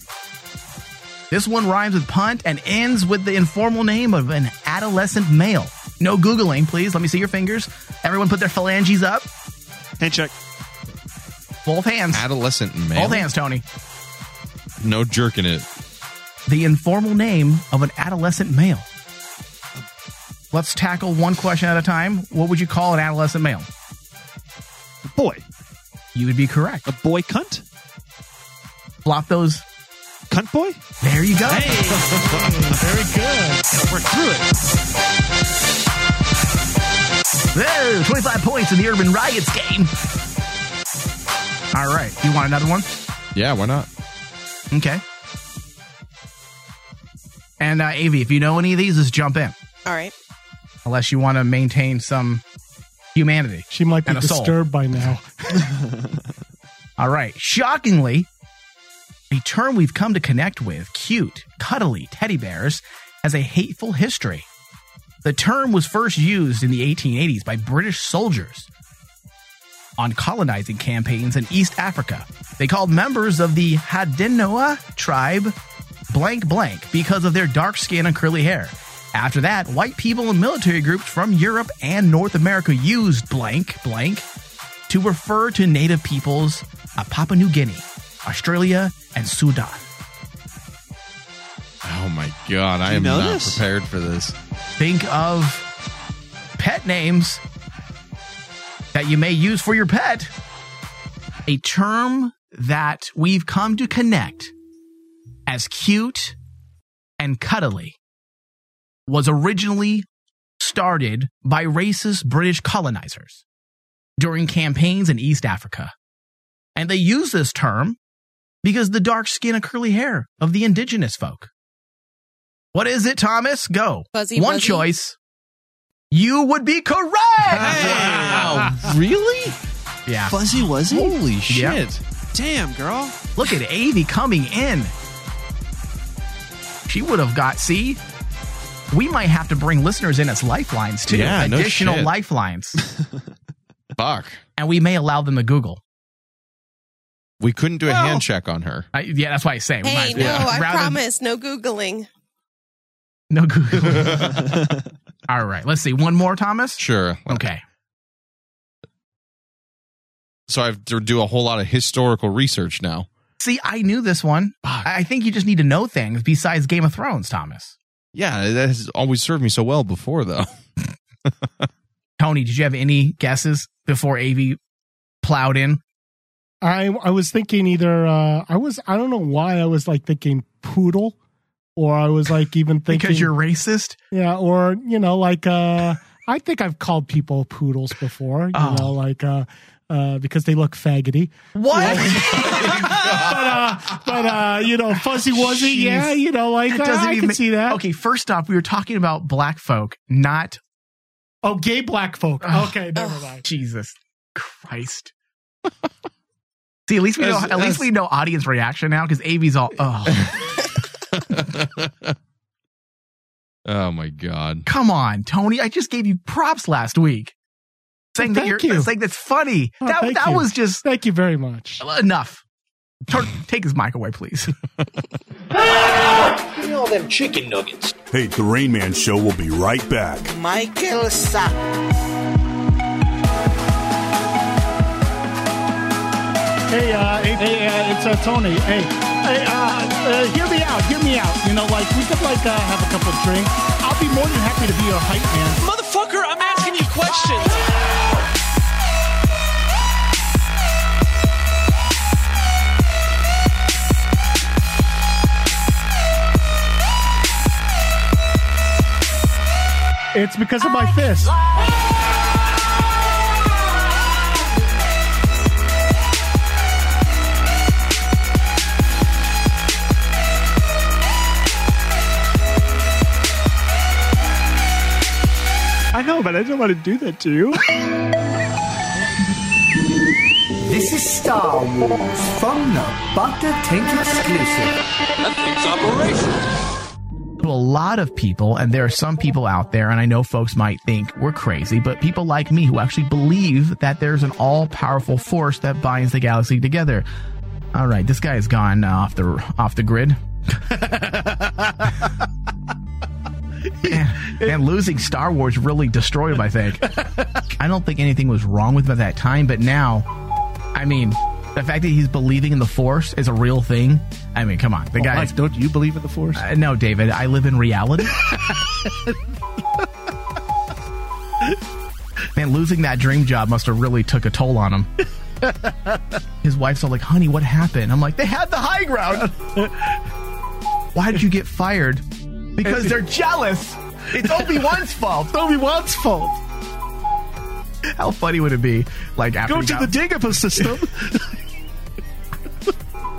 This one rhymes with punt and ends with the informal name of an adolescent male. No Googling, please. Let me see your fingers. Everyone put their phalanges up. Hand check. Both hands. Adolescent Both man. hands, Tony. No jerk in it. The informal name of an adolescent male. Let's tackle one question at a time. What would you call an adolescent male? Boy. You would be correct. A boy cunt? Flop those Cunt Boy? There you go. Very good. We're through it. There, 25 points in the Urban Riots game. All right. You want another one? Yeah, why not? Okay. And uh, Avi, if you know any of these, just jump in. All right. Unless you want to maintain some humanity. She might be And a soul. disturbed by now. All right. Shockingly, a term we've come to connect with, cute, cuddly teddy bears, has a hateful history. The term was first used in the 1880s by British soldiers on colonizing campaigns in East Africa. They called members of the Hadenoa tribe blank blank because of their dark skin and curly hair. After that, white people and military groups from Europe and North America used blank blank to refer to native peoples of Papua New Guinea, Australia, and Sudan. Oh my god, I am know not this? prepared for this. Think of pet names that you may use for your pet. A term that we've come to connect as cute and cuddly was originally started by racist British colonizers during campaigns in East Africa. And they use this term because the dark skin and curly hair of the indigenous folk. What is it, Thomas? Go. Fuzzy One wuzzy? choice. You would be correct. Wow, really? Yeah. Fuzzy was he? Holy shit. Yeah. Damn, girl. Look at Avi coming in. She would have got, see? We might have to bring listeners in as lifelines too. Yeah, no Additional shit. lifelines. Fuck. and we may allow them to Google. We couldn't do a Well- hand check on her. I, yeah, that's why I say. we might Hey, as no, well. I Rather- promise, no googling. No Google. All right, let's see. One more, Thomas? Sure. Okay. So I have to do a whole lot of historical research now. See, I knew this one. I I think you just need to know things besides Game of Thrones, Thomas. Yeah, that has always served me so well before though. Tony, did you have any guesses before AV plowed in? I I was thinking either uh, I was I don't know why I was like thinking poodle, or I was like even thinking Because you're racist? yeah, or you know like uh, I think I've called people poodles before, you Oh. know like uh, uh, because they look faggoty. What? Oh, but uh, you know, fuzzy wuzzy, Jeez. yeah, you know, like That uh, doesn't I even can ma- see that. Okay, first off, we were talking about black folk, not Oh, gay black folk. Ugh. uh, Okay, never mind. Oh, Jesus Christ. See, at least we know. That's- At that's- least we know audience reaction now because Avi's all, oh, oh my god. come on, Tony! I just gave you props last week, saying that you're Oh, thank you. saying that's funny. Oh, that thank that you. was just Thank you very much. enough. Turn, take his mic away, please. Hey, The Rain Man Show will be right back. Michael Sapp. Hey, uh, hey, hey, uh, it's uh, Tony. Hey, hey, uh, uh, hear me out. Hear me out. You know, like we could like uh, have a couple of drinks. I'll be more than happy to be your hype man. Motherfucker, I'm asking you questions. It's because of my fist. I know, but I didn't want to do that to you. This is Star Wars from the Butter Tank exclusive. to a lot of people, and there are some people out there, and I know folks might think we're crazy, but people like me who actually believe that there's an all powerful force that binds the galaxy together. All right, this guy has gone uh, off the off the grid. and, losing Star Wars really destroyed him, I think. I don't think anything was wrong with him at that time, but now, I mean, the fact that he's believing in the Force is a real thing. I mean, come on. The guy is don't you believe in the Force? uh, no, David, I live in reality. Man, losing that dream job must have really took a toll on him. His wife's all like, "Honey, what happened?" I'm like, "They had the high ground." Why did you get fired? Because they're jealous. It's Obi Wan's fault. Obi Wan's fault. How funny would it be? Like after Go he to got- the Dagobah system.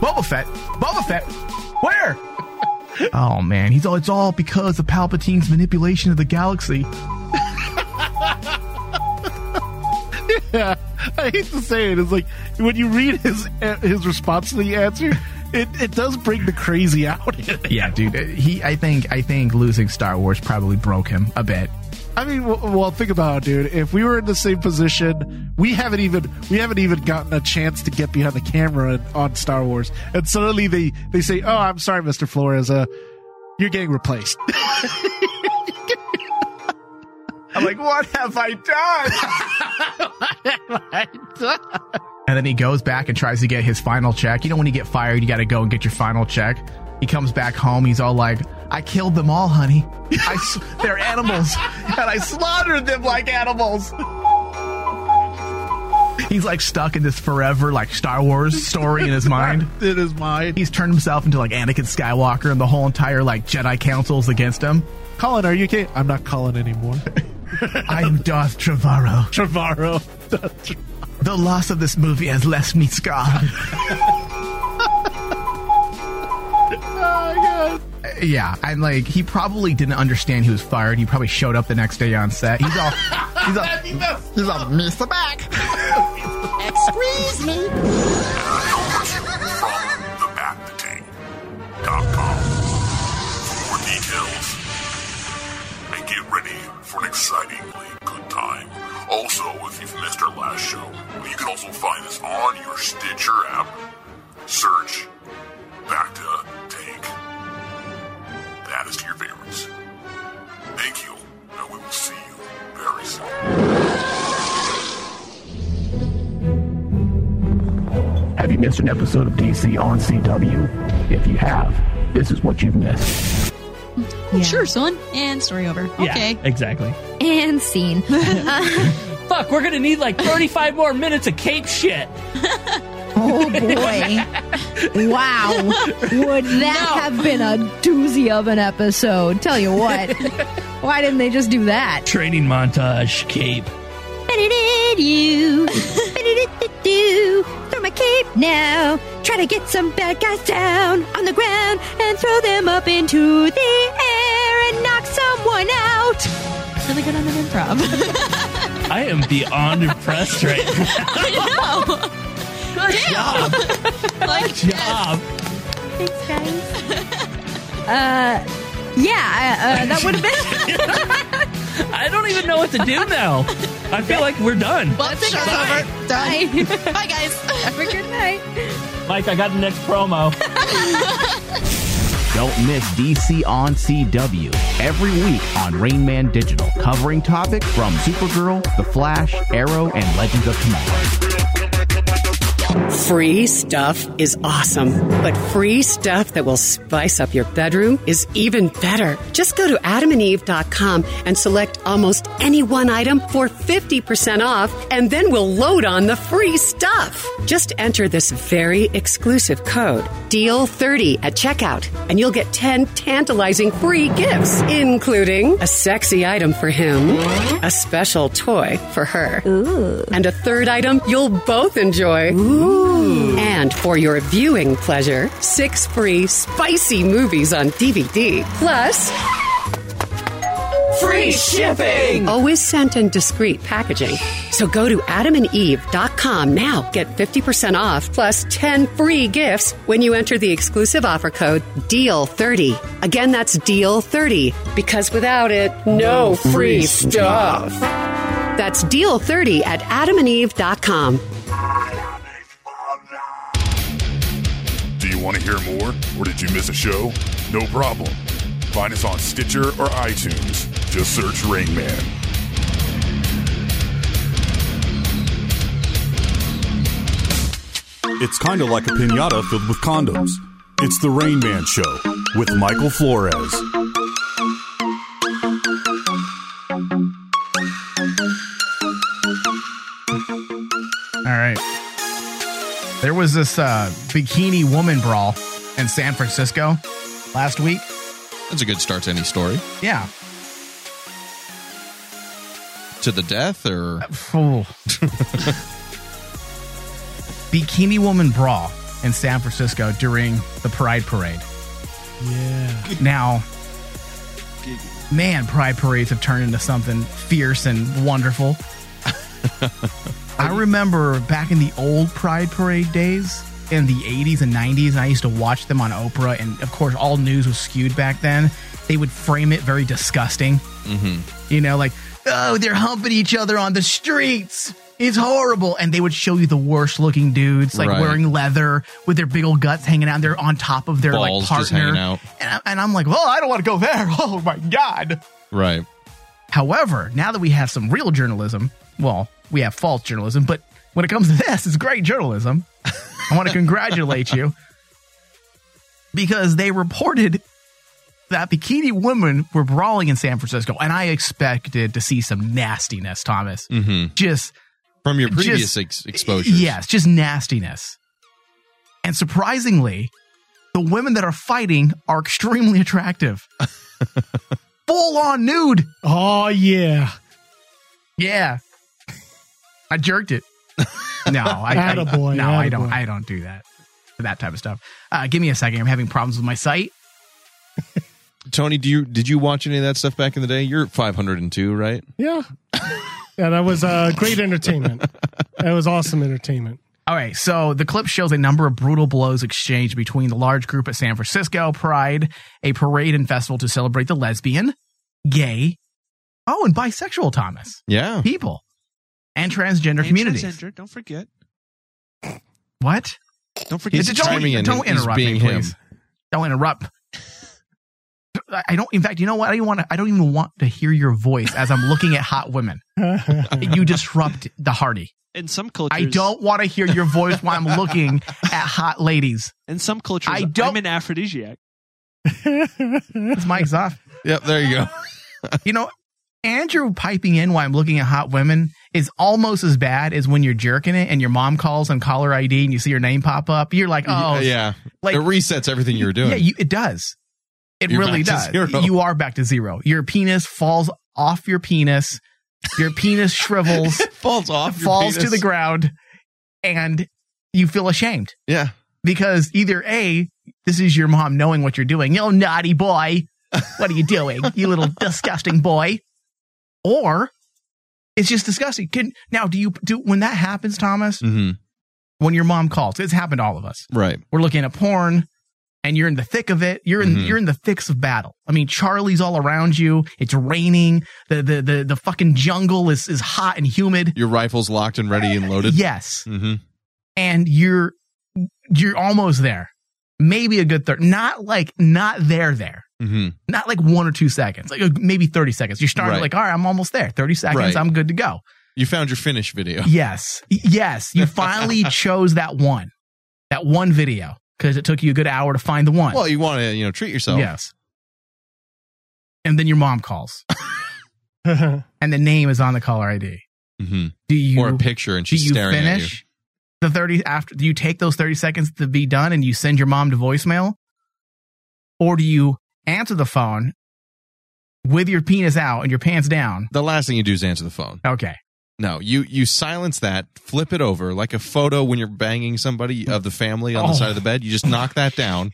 Boba Fett. Boba Fett. Where? oh man, he's all. It's all because of Palpatine's manipulation of the galaxy. yeah, I hate to say it. It's like when you read his his response to the answer, it, it does bring the crazy out. in it. Yeah, dude. He. I think. I think losing Star Wars probably broke him a bit. I mean, w- well, think about it, dude. If we were in the same position, we haven't even we haven't even gotten a chance to get behind the camera and, on Star Wars, and suddenly they they say, "Oh, I'm sorry, Mister Flores, uh, you're getting replaced." I'm like, what have I done? and then he goes back and tries to get his final check. You know, when you get fired, you got to go and get your final check. He comes back home. He's all like, I killed them all, honey. I s- they're animals. And I slaughtered them like animals. He's like stuck in this forever, like Star Wars story in his mind. in his mind. He's turned himself into like Anakin Skywalker and the whole entire like Jedi Council's against him. Colin, are you okay? I'm not Colin anymore. I'm Darth Trevorrow. Trevorrow. The loss of this movie has left me scarred. yeah, and like he probably didn't understand he was fired. He probably showed up the next day on set. He's all, he's all, he's all, Mr. Back. Excuse me. TheBackTank.com for details. And get ready for an excitingly good time. Also, if you've missed our last show, you can also find us on your Stitcher app. Search Back to Tank. That is to your favorites. Thank you, and we will see you very soon. Have you missed an episode of DC on CW? If you have, this is what you've missed. Sure, son. And story over. Okay. exactly. And scene. Fuck, we're gonna need like 35 more minutes of cape shit. Oh boy. wow. Would that have been a doozy of an episode? Tell you what. Why didn't they just do that? Training montage, cape. Benedict, you. do. Throw my cape now. Try to get some bad guys down on the ground and throw them up into the air and knock someone out. Really good on an improv. I am beyond impressed right now. I know. Damn. like, Job. Thanks, guys. Uh, yeah, uh, uh, that would have been. I don't even know what to do now. I feel like we're done. Well, it's over. Done. Bye, guys. Have a good night. Mike, I got the next promo. Don't miss DC on CW every week on Rain Man Digital, covering topics from Supergirl, The Flash, Arrow, and Legends of Tomorrow. Free stuff is awesome, but free stuff that will spice up your bedroom is even better. Just go to adamandeve.com and select almost any one item for 50% off, and then we'll load on the free stuff. Just enter this very exclusive code, E DEAL30, at checkout, and you'll get 10 tantalizing free gifts, including a sexy item for him, a special toy for her, and a third item you'll both enjoy. And for your viewing pleasure, six free spicy movies on DVD. Plus, Free shipping! Always sent in discreet packaging. So go to adamandeve.com now. Get 50% off plus 10 free gifts when you enter the exclusive offer code DEAL30. Again, that's DEAL30 because without it, no free stuff. That's DEAL30 at adamandeve.com. Do you want to hear more, or did you miss a show? No problem. Find us on Stitcher or iTunes. Just search Rain Man. It's kind of like a pinata filled with condoms. It's the Rain Man Show with Michael Flores. All right. There was this uh, bikini woman brawl in San Francisco last week. That's a good start to any story. Yeah. To the death or Oh. Bikini Woman Brawl in San Francisco during the Pride Parade. Yeah. Now, man, Pride Parades have turned into something fierce and wonderful. I remember back in the old Pride Parade days in the 80s and 90s, and I used to watch them on Oprah. And of course, all news was skewed back then. They would frame it very disgusting. Mm-hmm. You know, like, oh, they're humping each other on the streets. It's horrible. And they would show you the worst looking dudes, like Right. wearing leather with their big old guts hanging out. They're on top of their like Balls partner. just hanging out. And, I, and I'm like, well, I don't want to go there. Oh my God. right? However, now that we have some real journalism, well, we have false journalism, but when it comes to this, it's great journalism. I want to congratulate you because they reported that bikini women were brawling in San Francisco, and I expected to see some nastiness, Thomas. Mm-hmm. Just from your previous just- ex- exposures. Yes, just nastiness. And surprisingly, the women that are fighting are extremely attractive. Full on nude. Oh yeah. Yeah. I jerked it. No, I, I Attaboy, no, I don't. attaboy. I don't do that. That type of stuff. Uh, give me a second. I'm having problems with my site. Tony, do you did you watch any of that stuff back in the day? You're 502, right? Yeah. yeah, that was uh, great entertainment. That was awesome entertainment. All right, so the clip shows a number of brutal blows exchanged between the large group at San Francisco Pride, a parade and festival to celebrate the lesbian, gay, oh, and bisexual Thomas. Yeah. People and transgender And communities. transgender, Don't forget. What? Don't forget. Don't- don't, interrupt me, please. Don't interrupt. I- I don't. In fact, you know what? I don't want. To, I don't even want to hear your voice as I'm looking at hot women. you disrupt the Hardy. In some cultures, I don't want to hear your voice while I'm looking at hot ladies. In some cultures, I don't. I'm an aphrodisiac. It's Mike's off. Yep, there you go. you know, Andrew piping in while I'm looking at hot women is almost as bad as when you're jerking it and your mom calls on caller ID and you see your name pop up. You're like, oh, Y- yeah. it resets everything you were doing. Yeah, you, it does. It You're really back to does. zero. You are back to zero. Your penis falls off your penis. Your penis shrivels. falls off. your Falls to penis. the ground, and you feel ashamed. Yeah, because either a this is your mom knowing what you're doing. You naughty boy, what are you doing? You little disgusting boy. Or it's just disgusting. Can, now, do you do when that happens, Thomas? Mm-hmm. When your mom calls, it's happened to all of us Right. we're looking at porn and you're in the thick of it you're in Mhm. you're in the thicks of battle i mean charlie's all around you it's raining the the the, the fucking jungle is is hot and humid Your rifle's locked and ready and loaded. Yes. Mm-hmm. and you're you're almost there maybe a good third not like not there there Mm-hmm. not like one or two seconds like uh, maybe 30 seconds you're starting Right. like all right i'm almost there 30 seconds Right. i'm good to go You found your finish video. Yes. Y- Yes. You finally chose that one, that one video, because it took you a good hour to find the one. Well, you want to you know treat yourself. Yes. And then your mom calls, and the name is on the caller ID. Mm-hmm. Do you or a picture and do she's you staring finish the thirty after? Do you take those thirty seconds to be done, and you send your mom to voicemail, or do you answer the phone with your penis out and your pants down? at you. The last thing you do is answer the phone. Okay. No, you you silence that, flip it over like a photo when you're banging somebody of the family Oh. on the side of the bed. You just knock that down,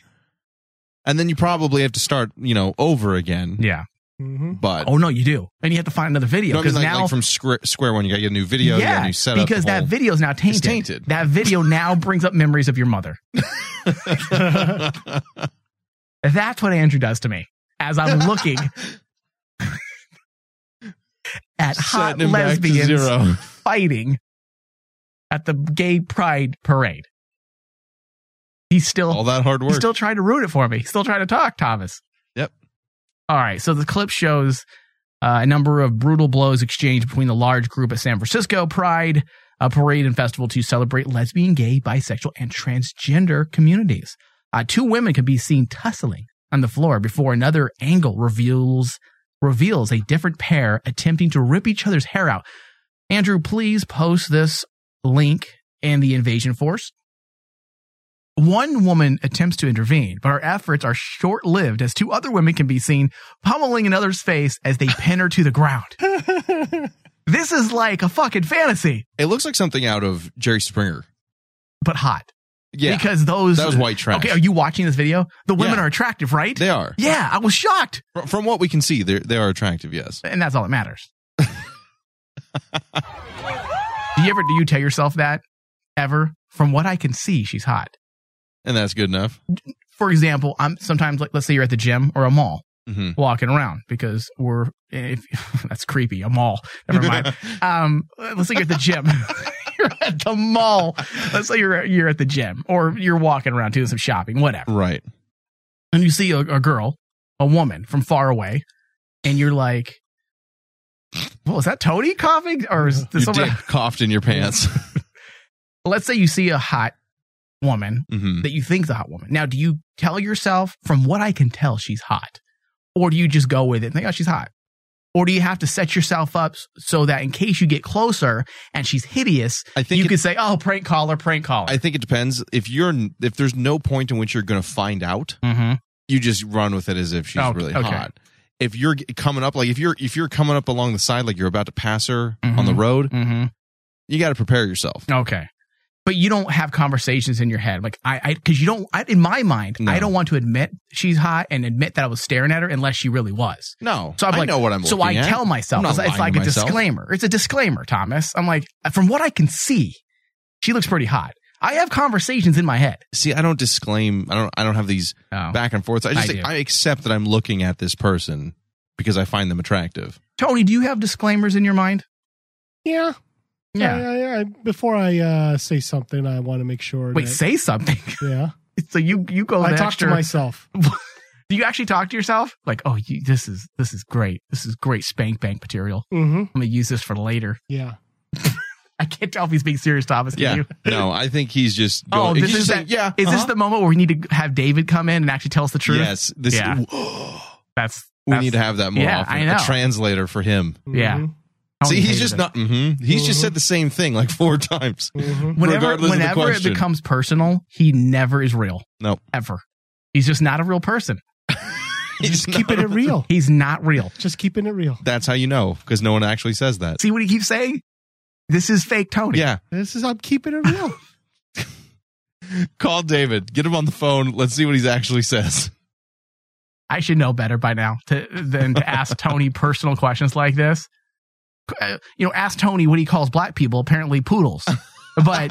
and then you probably have to start you know over again. Yeah, but Oh no, you do, and you have to find another video because because like, now like from square, square one, you got to get a new video, you got a new setup. because the whole- that video is now tainted. tainted. That video now brings up memories of your mother. That's what Andrew does to me as I'm looking at hot Setting him back to lesbians zero. fighting at the gay pride parade. He's still all that hard work. He's still trying to ruin it for me. He's still trying to talk, Thomas. Yep. All right. So the clip shows uh, a number of brutal blows exchanged between the large group at San Francisco Pride, a parade and festival to celebrate lesbian, gay, bisexual, and transgender communities. Uh, two women can be seen tussling on the floor before another angle reveals reveals a different pair attempting to rip each other's hair out. Andrew, please post this link in the invasion force One woman attempts to intervene, but her efforts are short lived as two other women can be seen pummeling another's face as they pin her to the ground. this is like a fucking fantasy, It looks like something out of Jerry Springer. but hot. Yeah. Because those. That was white trash. Okay, are you watching this video? The women Yeah. are attractive, right? They are. Yeah, I was shocked. Fr- From what we can see, they they are attractive. Yes. And that's all that matters. do you ever, do you tell yourself that ever? From what I can see, she's hot. And that's good enough. for example, I'm sometimes like let's say you're at the gym or a mall Mhm. walking around because we're if that's creepy, a mall. Never mind. um let's say you're at the gym. you're at the mall. Let's say you're you're at the gym or you're walking around doing some shopping, whatever. Right. And you see a, a girl, a woman from far away, and you're like well, is that Tony coughing? Or is Your this someone? dick coughed in your pants. Let's say you see a hot woman Mhm. that you think's a hot woman. Now, do you tell yourself, from what I can tell, she's hot? Or do you just go with it and think, oh, she's hot? Or do you have to set yourself up s- so that in case you get closer and she's hideous, I think you could say, oh, prank caller, prank caller. I think it depends if you're if there's no point in which you're going to find out. Mm-hmm. You just run with it as if she's Oh, really okay. hot. If you're g- coming up, like if you're if you're coming up along the side, like you're about to pass her on Mm-hmm. the road, you got to prepare yourself. Okay. But you don't have conversations in your head. Like, I, I, cause you don't, I, in my mind, I don't want to admit she's hot and admit that I was staring at her unless she really was. No. So I'm Oh, I like, know what I'm So looking I at. tell I'm myself, not it's, it's lying like to a myself. disclaimer. It's a disclaimer, Thomas. I'm like, from what I can see, she looks pretty hot. I have conversations in my head. See, I don't disclaim. I don't. I don't have these back and forths. I just I think do. I accept that I'm looking at this person because I find them attractive. Tony, do you have disclaimers in your mind? Yeah. Yeah. I, I, I, before I uh, say something, I want to make sure. Wait, that- say something. Yeah. So you, you go, I the talk extra- to myself. Do you actually talk to yourself? Like, oh, you, this is, this is great. This is great spank bank material. Mm-hmm. I'm going to use this for later. Yeah. I can't tell if he's being serious, Thomas. Can Yeah. you? no, I think he's just. Going, Oh, he's this just is saying, that, yeah. Is this uh-huh. the moment where we need to have David come in and actually tell us the truth? Yes. This. yeah. that's. We need to have that more yeah, often. I know. A translator for him. Yeah. See, Tony he's hated just it. not. mhm. He's just said the same thing like four times. Whenever, regardless of the whenever it question. becomes personal, he never is real. No, ever. He's just not a real person. just keeping it real. He's not real. Just keeping it real. That's how you know because no one actually says that. See what he keeps saying? This is fake Tony. Yeah. This is I'm keeping it real. Call David. Get him on the phone. Let's see what he actually says. I should know better by now to, than to ask Tony personal questions like this. Uh, You know, ask Tony what he calls black people. Apparently, poodles. But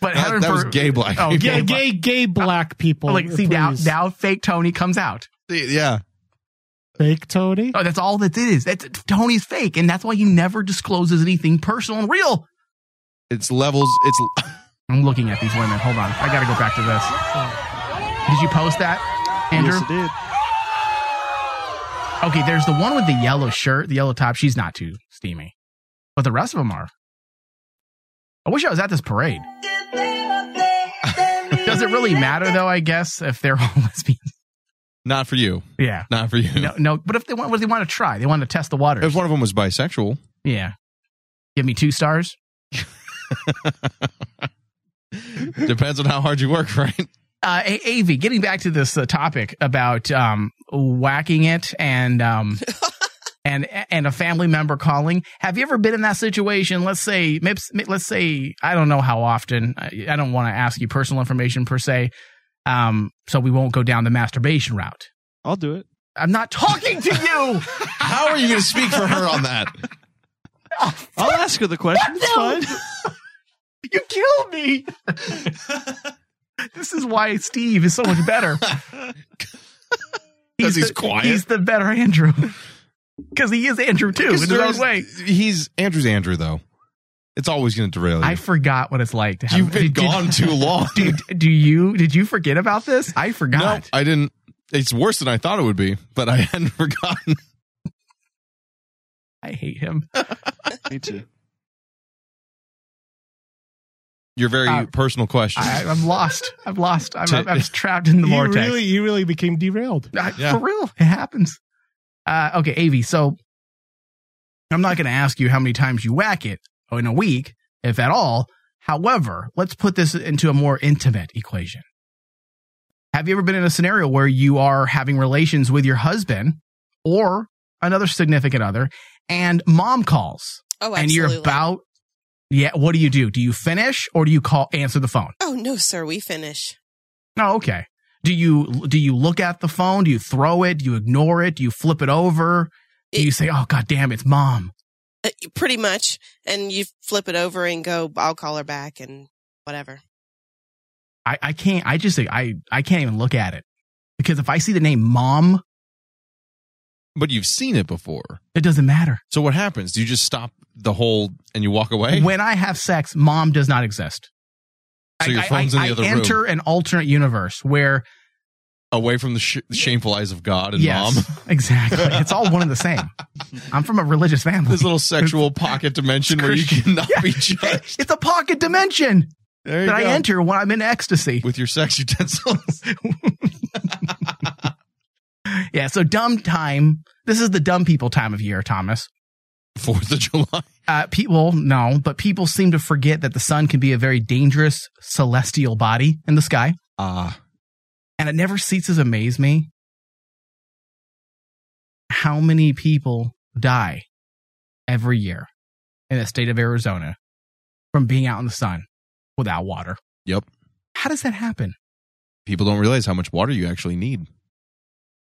but That- that was gay black Oh, people. gay, gay, gay black people. Like, see now, please. now fake Tony comes out. Yeah. Fake Tony. Oh, that's all that it is. That's Tony's fake, and that's why he never discloses anything personal and real. It's levels. It's. I'm looking at these women. Hold on, I got to go back to this. Did you post that, Andrew? Yes, I did. Okay, there's the one with the yellow shirt, the yellow top. She's not too steamy, but the rest of them are. I wish I was at this parade. Does it really matter though? I guess if they're all lesbians. Not for you. Yeah. Not for you. No, no. But if they want, what do they want to try? They want to test the waters. If one of them was bisexual, Yeah. Give me two stars. depends on how hard you work, right? Uh, A- AV, getting back to this uh, topic about um, whacking it and um, and and a family member calling. Have you ever been in that situation? Let's say, mips- let's say, I don't know how often. I, I don't want to ask you personal information per se, um, so we won't go down the masturbation route. I'll do it. I'm not talking to you. How are you going to speak for her on that? I'll ask her the question. It's fine. You killed me. this is why Steve is so much better. Because he's the, quiet. He's the better Andrew. Because he is Andrew too, in Because his own there's- way. He's Andrew's Andrew though. It's always going to derail you. I forgot what it's like to have. You've been gone too long. Dude, do you? Did you forget about this? I forgot. I didn't. It's worse than I thought it would be, but I hadn't forgotten. I hate him. Me too. Your very Uh, personal question. I, I'm lost. I'm lost. I'm, To- I'm, I'm trapped in the you vortex. really, you really became derailed. I- For real, it happens. Uh, okay, Av. So I'm not going to ask you how many times you whack it in a week, if at all. However, let's put this into a more intimate equation. Have you ever been in a scenario where you are having relations with your husband or another significant other and mom calls? Oh, And you're absolutely. about, yeah, what do you do? Do you finish or do you call, answer the phone? Oh no, sir, we finish. Oh, okay. Do you do you look at the phone? Do you throw it? Do you ignore it? Do you flip it over? Do you say, "Oh God damn, it's mom"? Uh, pretty much. And you flip it over and go, I'll call her back and whatever. I, I can't. I just I I can't even look at it because if I see the name mom, But you've seen it before. it doesn't matter. So what happens? Do you just stop the whole and you walk away? When I have sex, mom does not exist. so your I- phone's I, in the I other enter room, an alternate universe where away from the sh- shameful eyes of God and yes, mom. exactly, it's all one and the same. I'm from a religious family. This little sexual pocket dimension where you cannot be judged. It's a pocket dimension There you that go. I enter when I'm in ecstasy with your sex utensils. yeah, so dumb time. This is the dumb people time of year, Thomas. Fourth of July. Uh, people, no, but people seem to forget that the sun can be a very dangerous celestial body in the sky. Ah. and it never ceases to amaze me how many people die every year in the state of Arizona from being out in the sun without water. Yep. How does that happen? People don't realize how much water you actually need.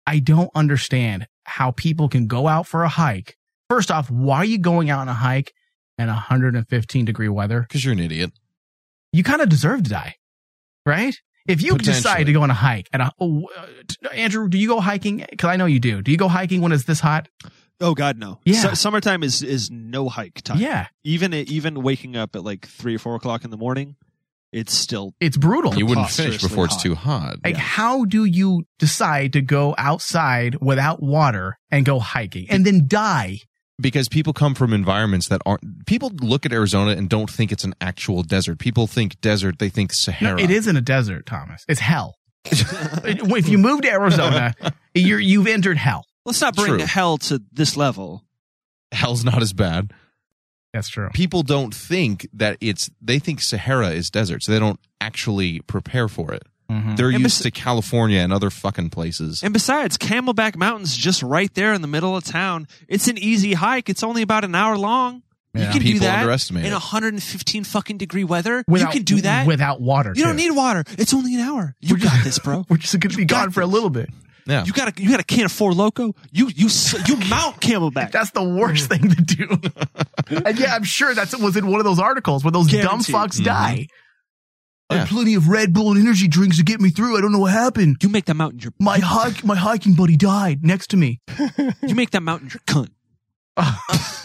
I don't understand how people can go out for a hike. First off, why are you going out on a hike in 115 degree weather? Because you're an idiot. You kind of deserve to die, right? If you decide to go on a hike, and a, oh, uh, t- Andrew, do you go hiking? Because I know you do. Do you go hiking when it's this hot? Oh God, no. Yeah. Su- summertime is is no hike time. Yeah. Even even waking up at like three or four o'clock in the morning, it's still It's brutal. You wouldn't finish before it's too hot. Like, how do you decide to go outside without water and go hiking and then die? Because people come from environments that aren't. People look at Arizona and don't think it's an actual desert. People think desert, they think Sahara. No, it isn't a desert, Thomas. It's hell. if you move to Arizona, you're, you've entered hell. Let's not bring True. hell to this level. Hell's not as bad. That's true. People don't think that it's. They think Sahara is desert, so they don't actually prepare for it. Mhm. They're Mm-hmm. And used to California and other fucking places. And besides, Camelback Mountain's just right there in the middle of town. It's an easy hike. It's only about an hour long. Yeah. You can People do that underestimate in it. 115 fucking degree weather. Without- you can do that without water. You don't too. need water. It's only an hour. You got this, bro. We're just gonna be gone for a little bit. Yeah. You got a you got a can of Four Loco. You you s- you mount Camelback. That's the worst thing to do. and yeah, I'm sure that's was in one of those articles where those Guaranteed. dumb Mm-hmm. fucks Mhm. die. I had Yeah. plenty of Red Bull and energy drinks to get me through. I don't know what happened. You make that mountain your my hike. My hiking buddy died next to me. You make that mountain your cunt.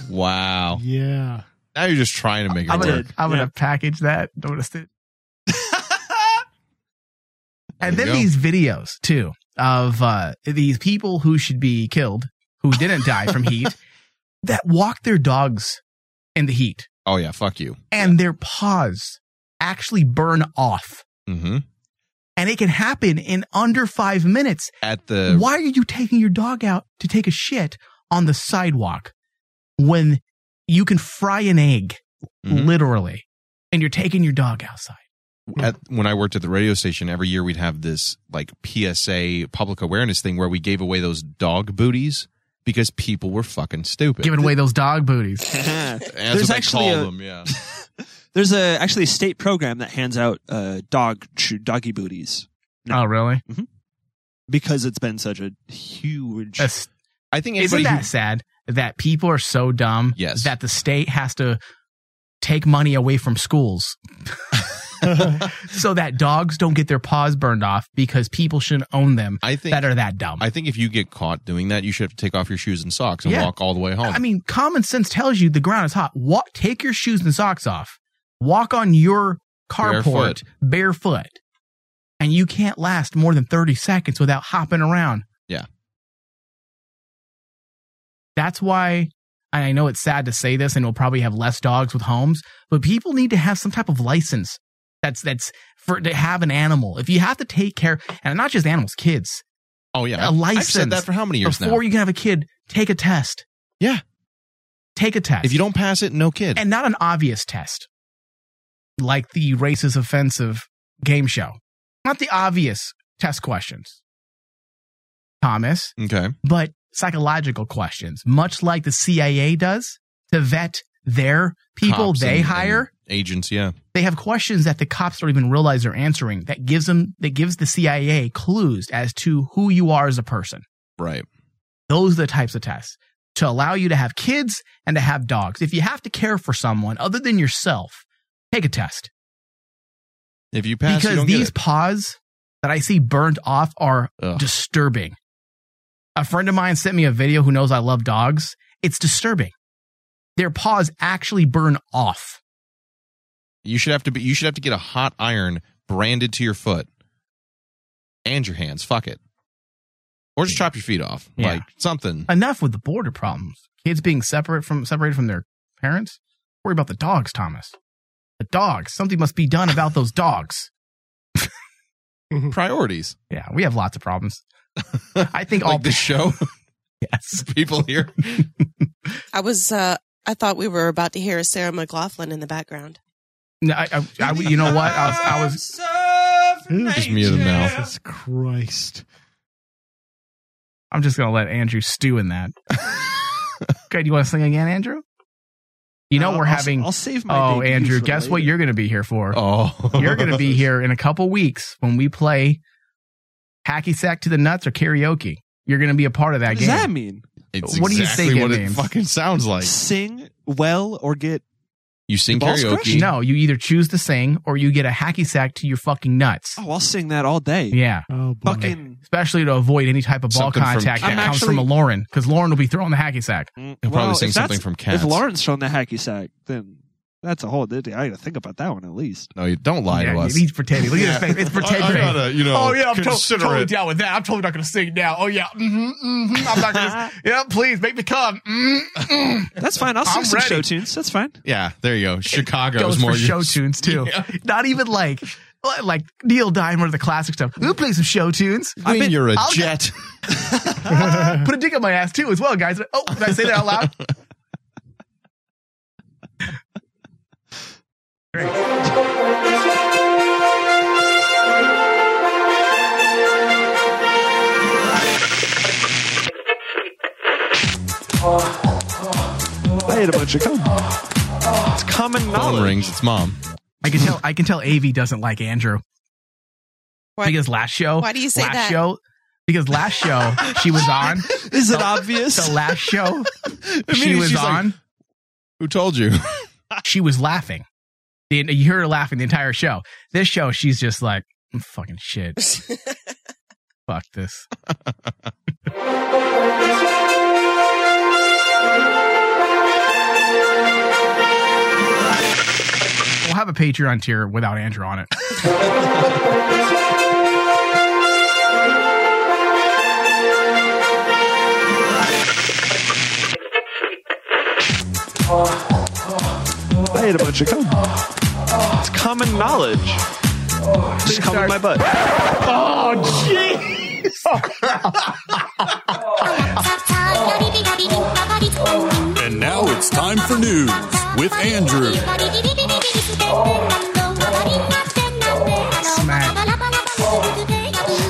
Wow. Yeah. Now you're just trying to make it I'm gonna, work. I'm gonna package that. Notice it. and There then you these videos too of uh, these people who should be killed who didn't die from heat that walk their dogs in the heat Oh yeah, fuck you. and their paws actually burn off, hmm and it can happen in under five minutes. At the Why are you taking your dog out to take a shit on the sidewalk when you can fry an egg, Mm-hmm. literally, and you're taking your dog outside? at, when I worked at the radio station, every year we'd have this like PSA public awareness thing where we gave away those dog booties because people were fucking stupid. Giving away those dog booties. That's what they call them, yeah. There's a actually a state program that hands out uh, dog chew, doggy booties Mm-hmm. Oh, really? because it's been such a huge. I think Isn't anybody that who- sad that people are so dumb Yes. that the state has to take money away from schools so that dogs don't get their paws burned off because people shouldn't own them I think that are that dumb. I think if you get caught doing that, you should have to take off your shoes and socks and Yeah. walk all the way home. I mean, common sense tells you the ground is hot. Walk, take your shoes and socks off. Walk on your carport Barefoot. barefoot. And you can't last more than 30 seconds without hopping around. yeah. That's why and I know it's sad to say this and we'll probably have less dogs with homes, but people need to have some type of license that's that's for to have an animal. If you have to take care and not just animals, kids. Oh yeah. A I've- I've said license. that for how many years now? Before you can have a kid, take a test. Yeah. Take a test. If you don't pass it, no kid. And not an obvious test. Like the racist offensive game show. Not the obvious test questions, Thomas, Okay. but psychological questions, much like the CIA does to vet their people Cops they and- hire. and agents. Yeah. they have questions that the cops don't even realize they're answering that gives them that gives the CIA clues as to who you are as a person. Right. Those are the types of tests to allow you to have kids and to have dogs. If you have to care for someone other than yourself, take a test. If you pass, you because don't these get it. paws that I see burned off are disturbing. A friend of mine sent me a video who knows I love dogs. It's disturbing. Their paws actually burn off. You should have to be. You should have to get a hot iron branded to your foot and your hands. Fuck it. Or just chop your feet off. Yeah. Like something. enough with the border problems. Kids being separate from separated from their parents. Worry about the dogs, Thomas. The dogs. Something must be done about those dogs. Mm-hmm. Priorities. Yeah, we have lots of problems. I think all Like this show. yes. People here. I was, uh, I thought we were about to hear Sarah McLaughlin in the background. No, I, I, I- you know what? I was, I was Just mute him now. Jesus Christ. I'm just gonna let Andrew stew in that. okay, do you want to sing again, Andrew? You know No, we're Uh, I'll- having. I'll save my Oh, debut Andrew, for guess what later. you're gonna be here for? Oh, you're gonna be here in a couple weeks when we play hacky sack to the nuts or karaoke. You're gonna be a part of that What does game. that mean? It's exactly what do you say? what it it means? fucking sounds like. Sing well or get You sing Balls karaoke. crushed? No, you either choose to sing or you get a hacky sack to your fucking nuts. Oh, I'll sing that all day. Yeah. Fucking Especially to avoid any type of ball Something from contact that I'm comes actually- Mm, from a Lauren, because Lauren will be throwing the hacky sack. He'll probably well, sing if that's- something from Cats. If Lauren's from the hacky sack, then that's a whole. I gotta think about that one at least. No, you don't lie Yeah, to us. he's pretending. Look at his face. It's pretend I, I face. gotta, you know, oh yeah, I'm to- consider totally it. down with that. I'm totally not going to sing now. Oh yeah, hmm hmm I'm not going to. yeah, please make me come. Mm, mm. That's fine. I'll sing I'm some ready. show tunes. That's fine. Yeah, there you go. Chicago Goes is more for your- show tunes too. Not even like li- like Neil Diamond or the classic stuff. We'll play some show tunes. When you're a jet. Put a dick on my ass too, as well, guys. Oh, did I say that out loud? I ate a bunch of cum. It's common Phone knowledge. rings. It's mom. I can tell. I can tell. Av doesn't like Andrew Why- because last show. why do you say last that? Show, because last show she was on. Is it obvious? The last show she Immediately was she's like, on. Who told you? she was laughing. The- You heard her laughing the entire show. This show, she's just like, "Mm, fucking shit. Fuck this. we'll have a Patreon tier without Andrew on it. I ate a bunch of cum. It's common knowledge. Just cum in my butt. Oh, jeez. And now it's time for news with Andrew.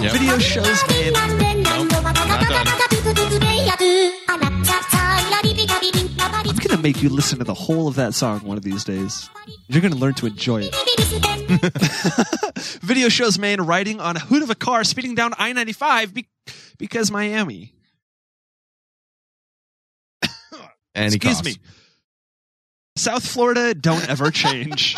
Yep. Video shows, man. I'm gonna make you listen to the whole of that song one of these days. You're gonna learn to enjoy it. Video shows man riding on a hood of a car speeding down I-95 be- because Miami. And he Excuse coughs. me. South Florida, don't ever change.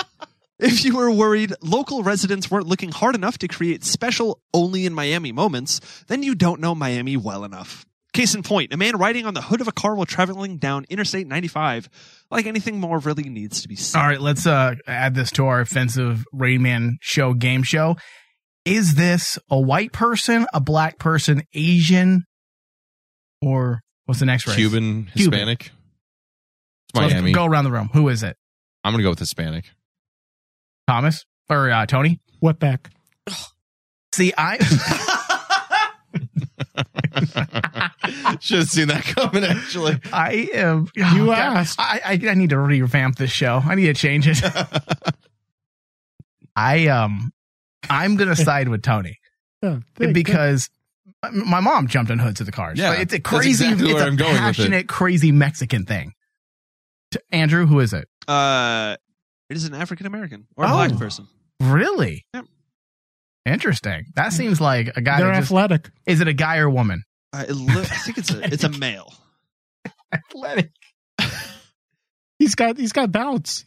if you were worried local residents weren't looking hard enough to create special only in Miami moments, then you don't know Miami well enough. Case in point, a man riding on the hood of a car while traveling down Interstate 95, like anything more really needs to be said. All right, let's uh, add this to our offensive Rain Man show game show. Is this a white person, a black person, Asian, or what's the next race? Cuban, Cuban. Hispanic. It's So let's Miami. go around the room. Who is it? I'm gonna go with Hispanic. Thomas or uh, Tony? What back? See, I Should have seen that coming. Actually, I am. oh, You asked. I, I I need to revamp this show. I need to change it. I um, I'm gonna side with Tony Yeah, they- because my mom jumped on hoods of the cars. Yeah, Like, it's a that's crazy, exactly it's where a I'm going with it. passionate, crazy Mexican thing. To Andrew, who is it? Uh, it is an African American or a Oh. black person. Really? Interesting. That seems like a guy. They're that just- athletic. Is it a guy or woman? Uh, it lo- I think it's a it's a male. Athletic. He's got he's got bounce.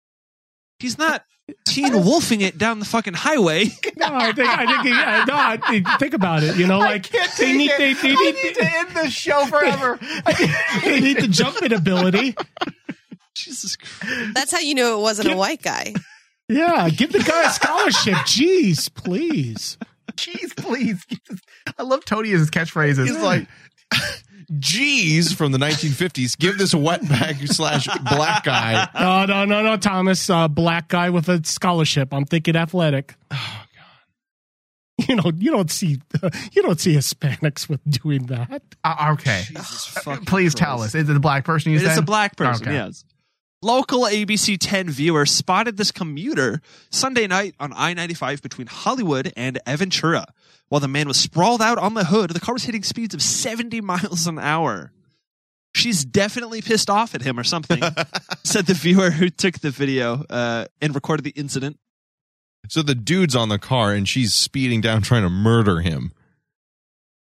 He's not teen wolfing it down the fucking highway. No, I think I think he, I, no, I think, think about it. You know, like they need they, they need, to end this show forever. they need the jumping ability. That's how you knew it wasn't a white guy. Yeah, give the guy a scholarship. Jeez, please. Jeez, please. I love Tony's catchphrases. He's like, G's from the 1950s. Give this wetback slash black guy. No, no, no, no, Thomas. Uh, black guy with a scholarship. I'm thinking athletic. Oh God. You know, you don't see you don't see Hispanics with doing that. Uh, okay. Please tell us. Is it a black person you It said? is a black person, Okay. yes. Local ABC 10 viewer spotted this commuter Sunday night on I 95 between Hollywood and Aventura. While the man was sprawled out on the hood, the car was hitting speeds of 70 miles an hour. She's definitely pissed off at him or something, said the viewer who took the video uh, and recorded the incident. So the dude's on the car and she's speeding down trying to murder him.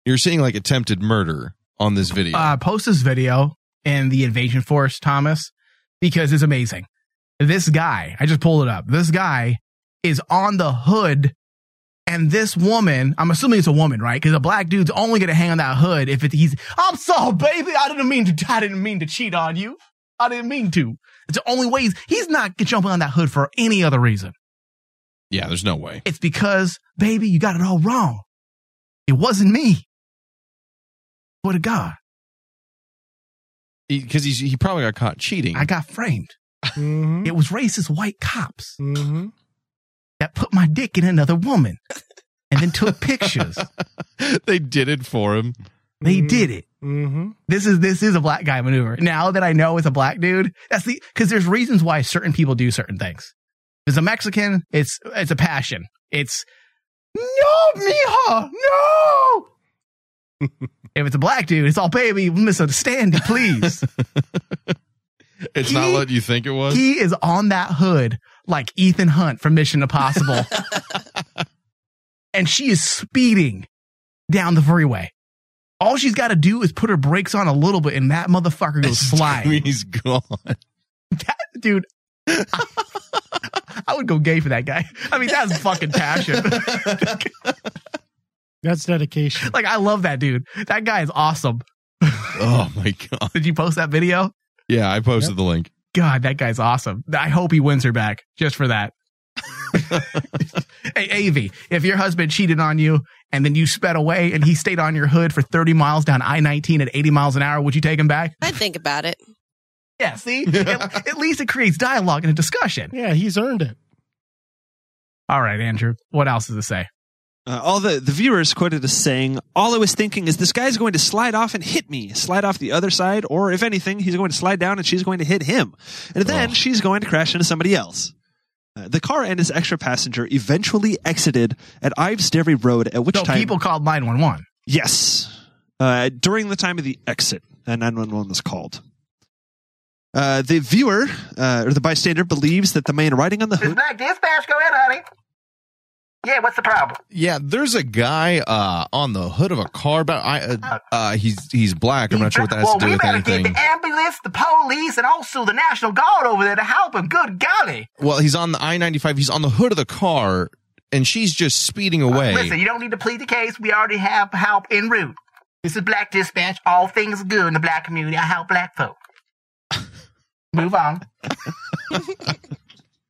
You're seeing like attempted murder on this video. Uh, post this video in the Invasion Force, Thomas, because it's amazing. This guy, I just pulled it up. This guy is on the hood, and this woman, I'm assuming it's a woman, right? Because a black dude's only going to hang on that hood if it, he's, I'm sorry, baby. I didn't mean to, I didn't mean to cheat on you. I didn't mean to. It's the only way he's, he's not jumping on that hood for any other reason. yeah, there's no way. It's because, baby, you got it all wrong. It wasn't me. What a God. Because he's he probably got caught cheating. I got framed. It was racist white cops that put my dick in another woman and then took pictures. they did it for him. They did it. This is this is a black guy maneuver. Now that I know it's a black dude, that's the because there's reasons why certain people do certain things. As a Mexican, it's it's a passion. It's no, mija, no. if it's a black dude, it's all baby misunderstanding. Please, It's not what you think it was. he is on that hood like Ethan Hunt from Mission Impossible, and she is speeding down the freeway. All she's got to do is put her brakes on a little bit, and that motherfucker goes flying. He's gone. dude. I, I would go gay for that guy. I mean, that's fucking passion. That's dedication. like, I love that dude. That guy is awesome. oh my god! Did you post that video? Yeah, I posted the link. God, that guy's awesome. I hope he wins her back just for that. hey, Avi, if your husband cheated on you and then you sped away and he stayed on your hood for 30 miles down I 19 at 80 miles an hour, would you take him back? I'd think about it. Yeah, see? at, at least it creates dialogue and a discussion. Yeah, he's earned it. All right, Andrew, what else does it say? Uh, all the, the viewers quoted as saying, All I was thinking is this guy's going to slide off and hit me, slide off the other side, or if anything, he's going to slide down and she's going to hit him. And then she's going to crash into somebody else. Uh, the car and his extra passenger eventually exited at Ives Dairy Road, at which No, time. people called 911. Yes. Uh, during the time of the exit, uh, 911 was called. Uh, the viewer, uh, or the bystander, believes that the man riding on the hood. Black dispatch, go in, honey. Yeah, what's the problem? Yeah, there's a guy uh, on the hood of a car, but I uh, uh, he's he's black. I'm not sure what that has well, to do we with better anything. get the ambulance, the police, and also the National Guard over there to help him. Good golly. Well, he's on the I-95. He's on the hood of the car, and she's just Uh, speeding away. Uh, Listen, you don't need to plead the case. We already have help en route. This is Black Dispatch. All things good in the black community. I help black folk. Move on.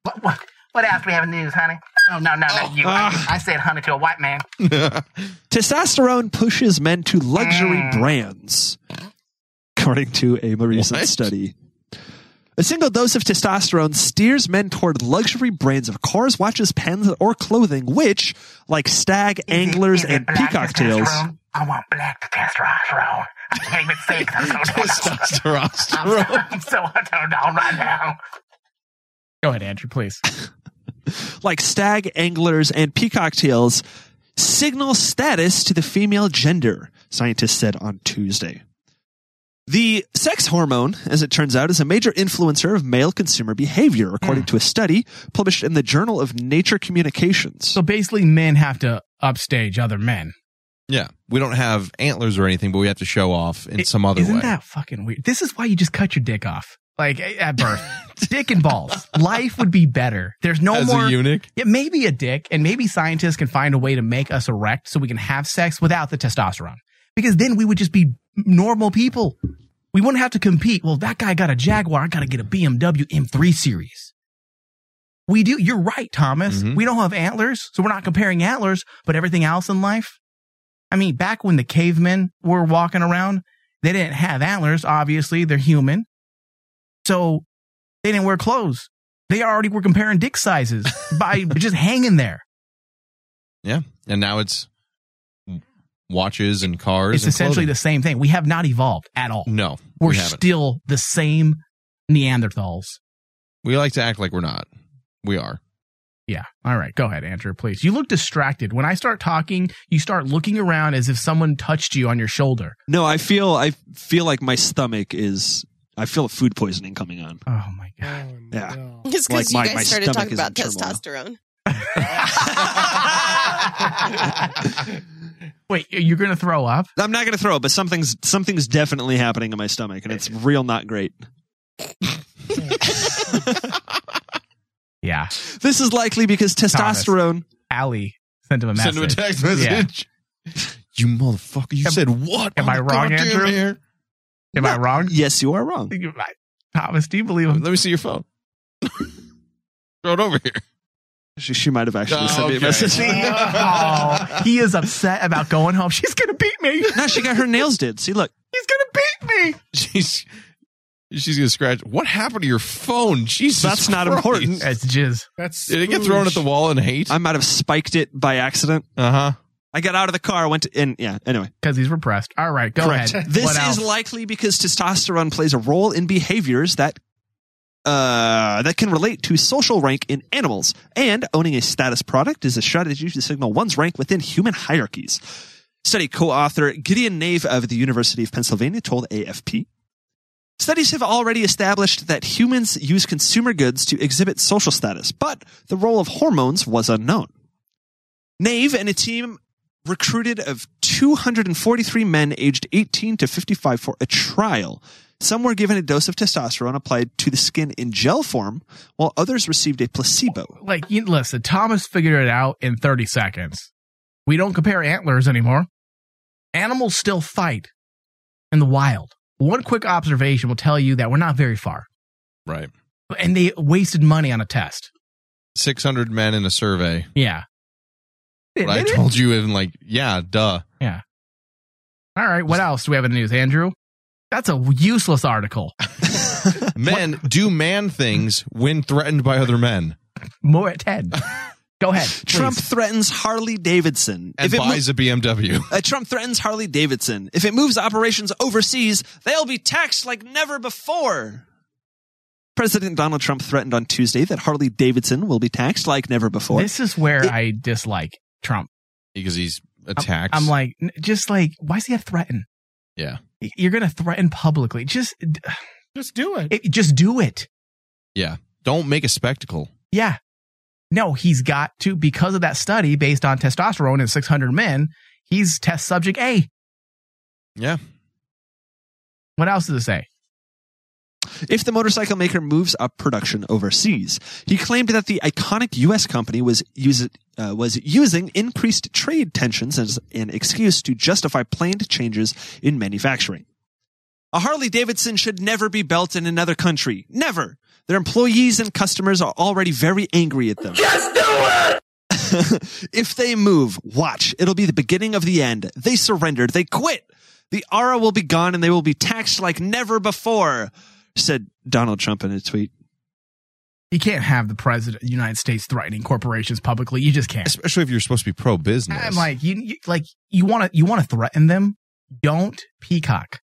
what, what, what else do we have in the news, honey? Oh, no, no, not you. Ah. I, I said honey to a white man. Testosterone pushes men to luxury brands, according to a recent study. A single dose of testosterone steers men toward luxury brands of cars, watches, pens, or clothing, which, like stag, anglers, and peacock tails. Testosterone? I want black testosterone. I can't even say 'cause I'm so Testosterone. I'm so, I'm so turned on right now. Go ahead, Andrew, please. like stag anglers and peacock tails signal status to the female gender, scientists said on Tuesday. The sex hormone, as it turns out, is a major influencer of male consumer behavior, Mm. according to a study published in the Journal of Nature Communications. So basically, men have to upstage other men. Yeah, we don't have antlers or anything, but we have to show off in some other Isn't way. that fucking weird? This is why you just cut your dick off. Like a- at birth, dick and balls. Life would be better. There's no As a more eunuch? Yeah, maybe a dick, and maybe scientists can find a way to make us erect so we can have sex without the testosterone. Because then we would just be normal people. We wouldn't have to compete. Well, that guy got a Jaguar. I got to get a BMW M3 Series. We do. You're right, Thomas. Mm-hmm. We don't have antlers, so we're not comparing antlers, but everything else in life. I mean, back when the cavemen were walking around, they didn't have antlers. Obviously, they're human. So they didn't wear clothes. They already were comparing dick sizes by just hanging there. yeah, and now it's watches and cars. It's and essentially the clothing. same thing. We have not evolved at all. No, We're we haven't. still the same Neanderthals. We like to act like we're not. We are. Yeah. All right. Go ahead, Andrew, please. You look distracted. When I start talking, you start looking around as if someone touched you on your shoulder. No, I feel I feel like my stomach is. I feel food poisoning coming on. Oh my god! yeah, It's Like, because my- you my guys started stomach talking is about in turmoil. testosterone. Wait, you're gonna throw up? I'm not gonna throw up, but something's something's definitely happening in my stomach, and it's real not great. yeah, this is likely because testosterone. Allie sent him a Send him message. a text message. You motherfucker! You said what? Am on I the wrong, goddamn Andrew? air? Am I wrong? Yes, you are wrong. Thomas, do you believe him? Let me see your phone. Throw it over here. She, she might have actually Oh, sent me a okay. message. Oh, he is upset about going home. She's gonna beat me. No, she got her nails did. See, look. He's gonna beat me. She's she's gonna scratch. What happened to your phone? Jesus, That's not Christ. important. That's jizz. That's Did it get thrown at the wall and hate? I might have spiked it by accident. Uh huh. I got out of the car, went to, and yeah. Anyway, because he's repressed. All right, go ahead. This What is else? likely because testosterone plays a role in behaviors that uh, that can relate to social rank in animals, and owning a status product is a strategy to signal one's rank within human hierarchies. Study co-author Gideon Nave of the University of Pennsylvania told AFP. Studies have already established that humans use consumer goods to exhibit social status, but the role of hormones was unknown. Nave and a team recruited of 243 men aged 18 to 55 for a trial. Some were given a dose of testosterone applied to the skin in gel form, while others received a placebo. like you, listen, Thomas figured it out in 30 seconds. We don't compare antlers anymore. Animals still fight in the wild. One quick observation will tell you that we're not very far. Right. And they wasted money on a test. Six hundred men in a survey. Yeah. They- But I they didn't- told you in like, yeah, duh. Yeah. All right. What else do we have in the news, Andrew? That's a useless article. Men do man things when threatened by other men. More at 10. Go ahead. Trump please. threatens Harley Davidson. And buys a BMW. Uh, Trump threatens Harley Davidson. If it moves operations overseas, they'll be taxed like never before. President Donald Trump threatened on Tuesday that Harley Davidson will be taxed like never before. This is where I dislike Trump. Because he's attacked. I'm like, n- just like, why does he have threaten? yeah. Y- You're going to threaten publicly. Just, just do it. Just do it. Yeah. Don't make a spectacle. Yeah. No, he's got to, because of that study based on testosterone in 600 men, he's test subject A. Yeah. What else does it say? if the motorcycle maker moves up production overseas. He claimed that the iconic U.S. company was use, uh, was using increased trade tensions as an excuse to justify planned changes in manufacturing. A Harley Davidson should never be built in another country. Never. Their employees and customers are already very angry at them. Just do it! if they move, watch. It'll be the beginning of the end. They surrendered. They quit. The aura will be gone and they will be taxed like never before, said Donald Trump in a tweet. You can't have the president of the United States threatening corporations publicly. You just can't. Especially if you're supposed to be pro business. I'm like, you, you like you want to you want to threaten them? Don't peacock.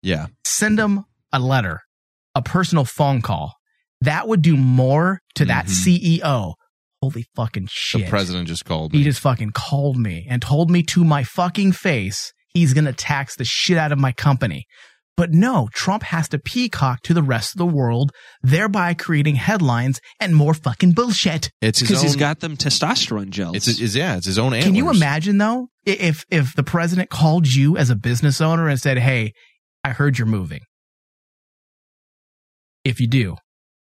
Yeah. Send them a letter, a personal phone call. That would do more to that CEO E Holy fucking shit. Mm-hmm. The president just called He just fucking called me and told me to my fucking face he's going to tax the shit out of my company. But no, Trump has to peacock to the rest of the world, thereby creating headlines and more fucking bullshit. It's his because he's own- got them testosterone gels. It's, it's yeah, it's his own. Antlers. Can you imagine though i- if if the president called you as a business owner and said, "Hey, I heard you're moving. If you do,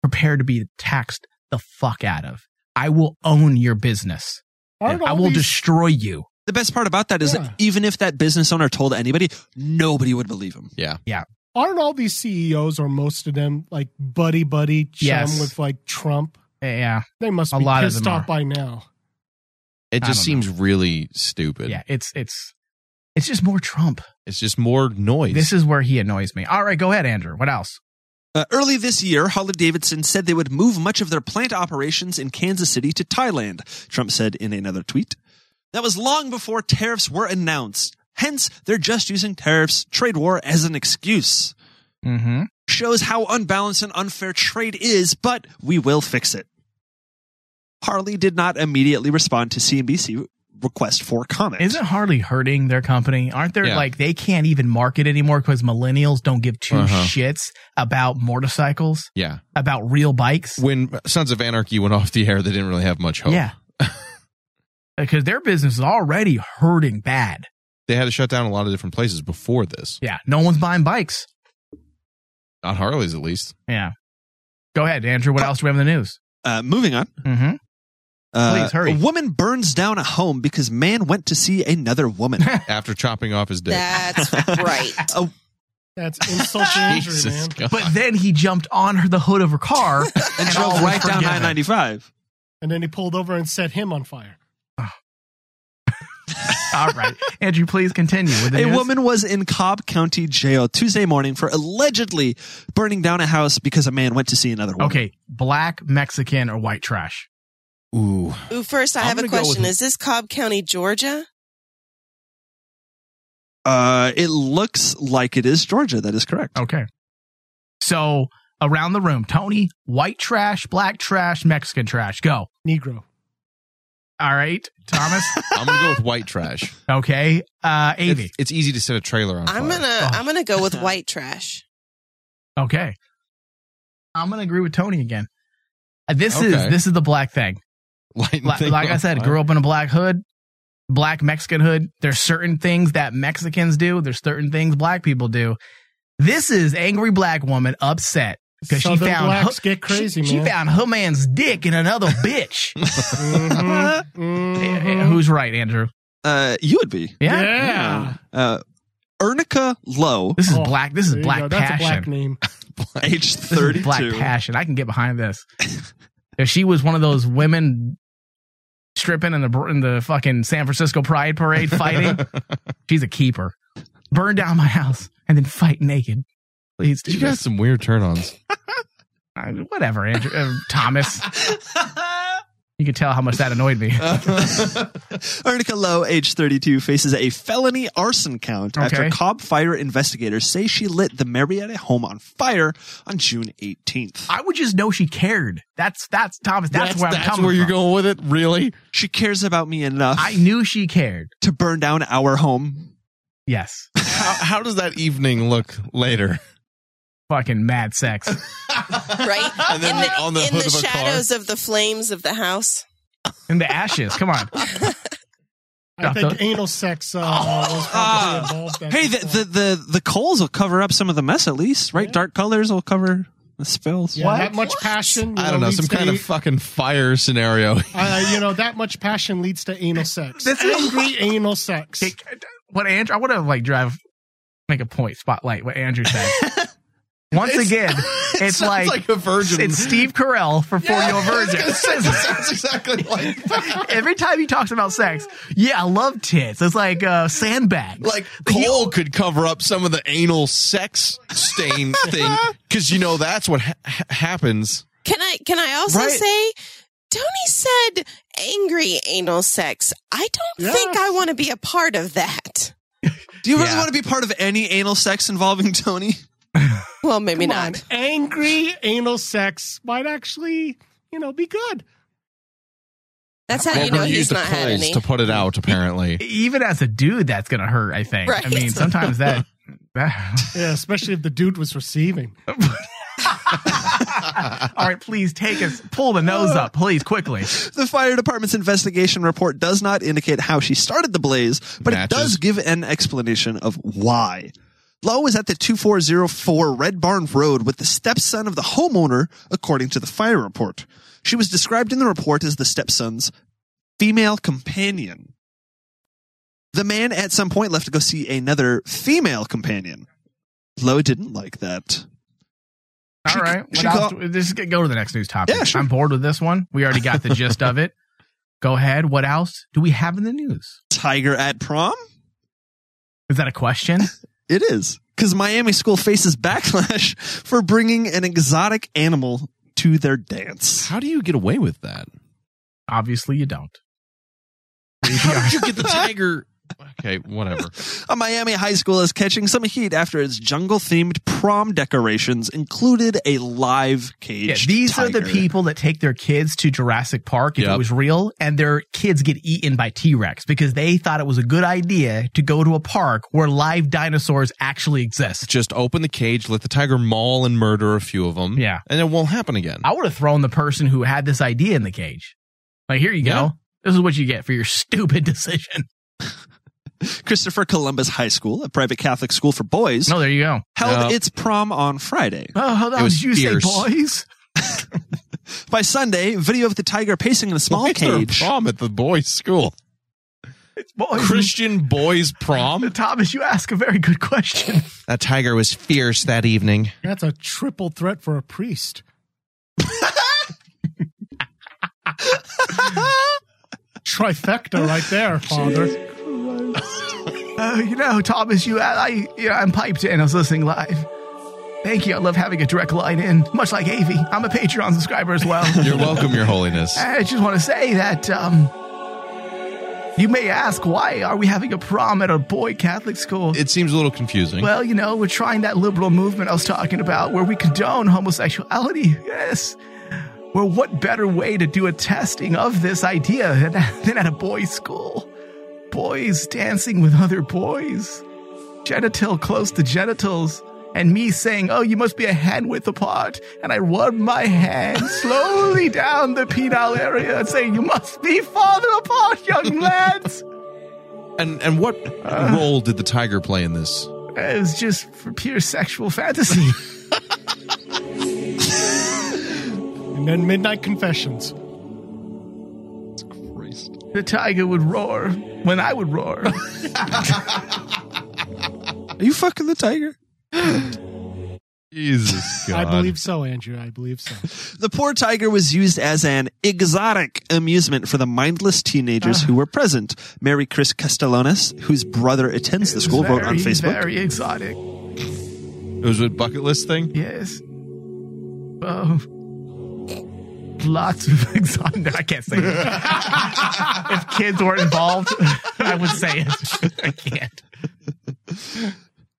prepare to be taxed the fuck out of. I will own your business. Aren't I all will these- destroy you." The best part about that is Yeah. that even if that business owner told anybody, nobody would believe him. Yeah. Yeah. Aren't all these CEOs or most of them like buddy buddy chum Yes. with like Trump? Yeah. They must A be lot of pissed them off are. by now. It I just don't seems really stupid. Yeah, it's it's it's just more Trump. It's just more noise. This is where he annoys me. All right, go ahead, Andrew. What else? Uh, early this year, Harley Davidson said they would move much of their plant operations in Kansas City to Thailand, Trump said in another tweet. That was long before tariffs were announced. Hence, they're just using tariffs, trade war as an excuse. Mm-hmm. Shows how unbalanced and unfair trade is, but we will fix it. Harley did not immediately respond to CNBC request for comment. Isn't Harley hurting their company? Aren't there Yeah. like they can't even market anymore because millennials don't give 2 Uh-huh. shits about motorcycles, Yeah. about real bikes? When oh. Sons of Anarchy went off the air, they didn't really have much hope. Yeah. Because their business is already hurting bad. They had to shut down a lot of different places before this. Yeah. No one's buying bikes. Not Harley's, at least. Yeah. Go ahead, Andrew. What else do we have in the news? Uh, moving on. Mm-hmm. Uh, Please hurry. A woman burns down a home because man went to see another woman after chopping off his dick. That's right. That's insulting injury, man. But then he jumped on her, the hood of her car and, all was forgiven. five. And then he pulled over and set him on fire. All right. Andrew, please continue with the A news. woman was in Cobb County Jail Tuesday morning for allegedly burning down a house because a man went to see another woman. Okay, black, Mexican, or white trash? Ooh. Ooh, first, I I'm have a gonna go with- question. Is this Cobb County, Georgia? Uh, it looks like it is Georgia. That is correct. Okay. So around the room, Tony, white trash, black trash, Mexican trash. Go. Negro. All right, Thomas. I'm going to go with white trash. okay. Uh, Avy. It's, it's easy to set a trailer on I'm fire. gonna I'm gonna go with white trash. Okay. I'm gonna agree with Tony again. Uh, This is Okay. this is the black thing. Lighten Like, thing like I on said, fire. grew up in a black hood, black Mexican hood. There's certain things that Mexicans do. There's certain things black people do. This is angry black woman upset because she Southern found blacks her- get crazy, she, she man. found her man's dick in another bitch. Mm-hmm. Eh, eh, Who's right, Andrew? Uh, you would be. Yeah. Uh, Ernica Lowe. This is Oh, black. This is there you black go. That's a passion. black name. Age This is 32. Black passion. I can get behind this. if she was one of those women stripping in the in the fucking San Francisco Pride Parade fighting, she's a keeper. Burn down my house and then fight naked. Please do You got this. some weird turn ons. I- whatever, Andrew uh, Thomas. you can tell how much that annoyed me. Ernica Lowe, age 32, faces a felony arson count after Okay. Cobb fire investigators say she lit the Marietta home on fire on June 18th. I would just know she cared. That's that's Thomas. That's, where I'm coming from. going with it, really? She cares about me enough. I knew she cared to burn down our home. Yes. How, how does that evening look later? Fucking mad sex. Right? And then in the, on the in hood the of a car. shadows of the flames of the house. in the ashes. Come on. I think anal sex uh, was Ah. probably Ah. involved. at Hey, this the, the the the coals will cover up some of the mess at least, right? Dark colors will cover the spills. Yeah, that much passion. you I don't know, leads some to kind of a- fucking fire scenario. uh, you know that much passion leads to anal sex. This is- angry anal sex. what Andrew, I want to like drive, make a point, spotlight what Andrew said. Once again, it's sounds like, like a virgin. It's Steve Carell for Yeah, Four Year Old I was Virgin. gonna say, that sounds exactly like every time he talks about sex. Yeah, I love tits. It's like uh, sandbags. Like coal could cover up some of the anal sex stain thing because you know that's what ha- ha- happens. Can I can I also Right. say Tony said angry anal sex. I don't think I want to be a part of that. Do you really want to be part of any anal sex involving Tony? Well, maybe Come not. on, angry anal sex might actually, you know, be good. That's how Well, you know we he's used the not had polls any. to put it out. Apparently, E-, even as a dude, that's gonna hurt. I think. I Right. mean, sometimes that. yeah, especially if the dude was receiving. All right, please take us. Pull the nose up, please, quickly. The fire department's investigation report does not indicate how she started the blaze, but it does give an explanation of why. Lowe is at the 2404 Red Barn Road with the stepson of the homeowner, according to the fire report. She was described in the report as the stepson's female companion. The man at some point left to go see another female companion. Lowe didn't like that. All right. What else do- just get- go to the next news topic. Yeah, sure. I'm bored with this one. We already got the gist of it. Go ahead. What else do we have in the news? Tiger at prom? Is that a question? It is because Miami school faces backlash for bringing an exotic animal to their dance. How do you get away with that? Obviously, you don't. How did you get the tiger? Okay, whatever. A Miami high school is catching some heat after its jungle-themed prom decorations included a live cage. Yeah, these are the tiger. people that take their kids to Jurassic Park if it was real, and their kids get eaten by T Rex because they thought it was a good idea to go to a park where live dinosaurs actually exist. Just open the cage, let the tiger maul and murder a few of them. Yeah, and it won't happen again. I would have thrown the person who had this idea in the cage. Like, here you go. This is what you get for your stupid decision. Christopher Columbus High School, a private Catholic school for boys. No, there you go. Held No. its prom on Friday. Oh, hold It on. was Did you fierce. say boys? By Sunday, video of the tiger pacing in a small Why is there a cage. prom at the boys' school. Christian boys' prom. Thomas, you ask a very good question. That tiger was fierce that evening. That's a triple threat for a priest. Trifecta right there, Father. Uh, you know, Thomas, you, I, I, yeah, I'm piped in. I was listening live. Thank you. I love having a direct line in, much like Avi. I'm a Patreon subscriber as well. You're welcome, Your Holiness. I just want to say that um, you may ask, why are we having a prom at a boy Catholic school? It seems a little confusing. Well, you know, we're trying that liberal movement I was talking about where we condone homosexuality. Yes. Well, what better way to do a testing of this idea than, than at a boys' school? Boys dancing with other boys, genital close to genitals, and me saying, Oh, you must be a hand width apart. And I rub my hand slowly down the penile area and say, You must be farther apart, young lads. and and what uh, role did the tiger play in this? It was just for pure sexual fantasy. And then Midnight Confessions. The tiger would roar when I would roar. Are you fucking the tiger? Jesus I believe so, Andrew. I believe so. The poor tiger was used as an exotic amusement for the mindless teenagers Ah. who were present. Mary Chris Castellanos, whose brother attends the school, wrote on Very, Facebook. Very exotic. It was a bucket list thing. Yes. Oh. Lots of exotic. No, I can't say it. if kids weren't involved, I would say it. I can't.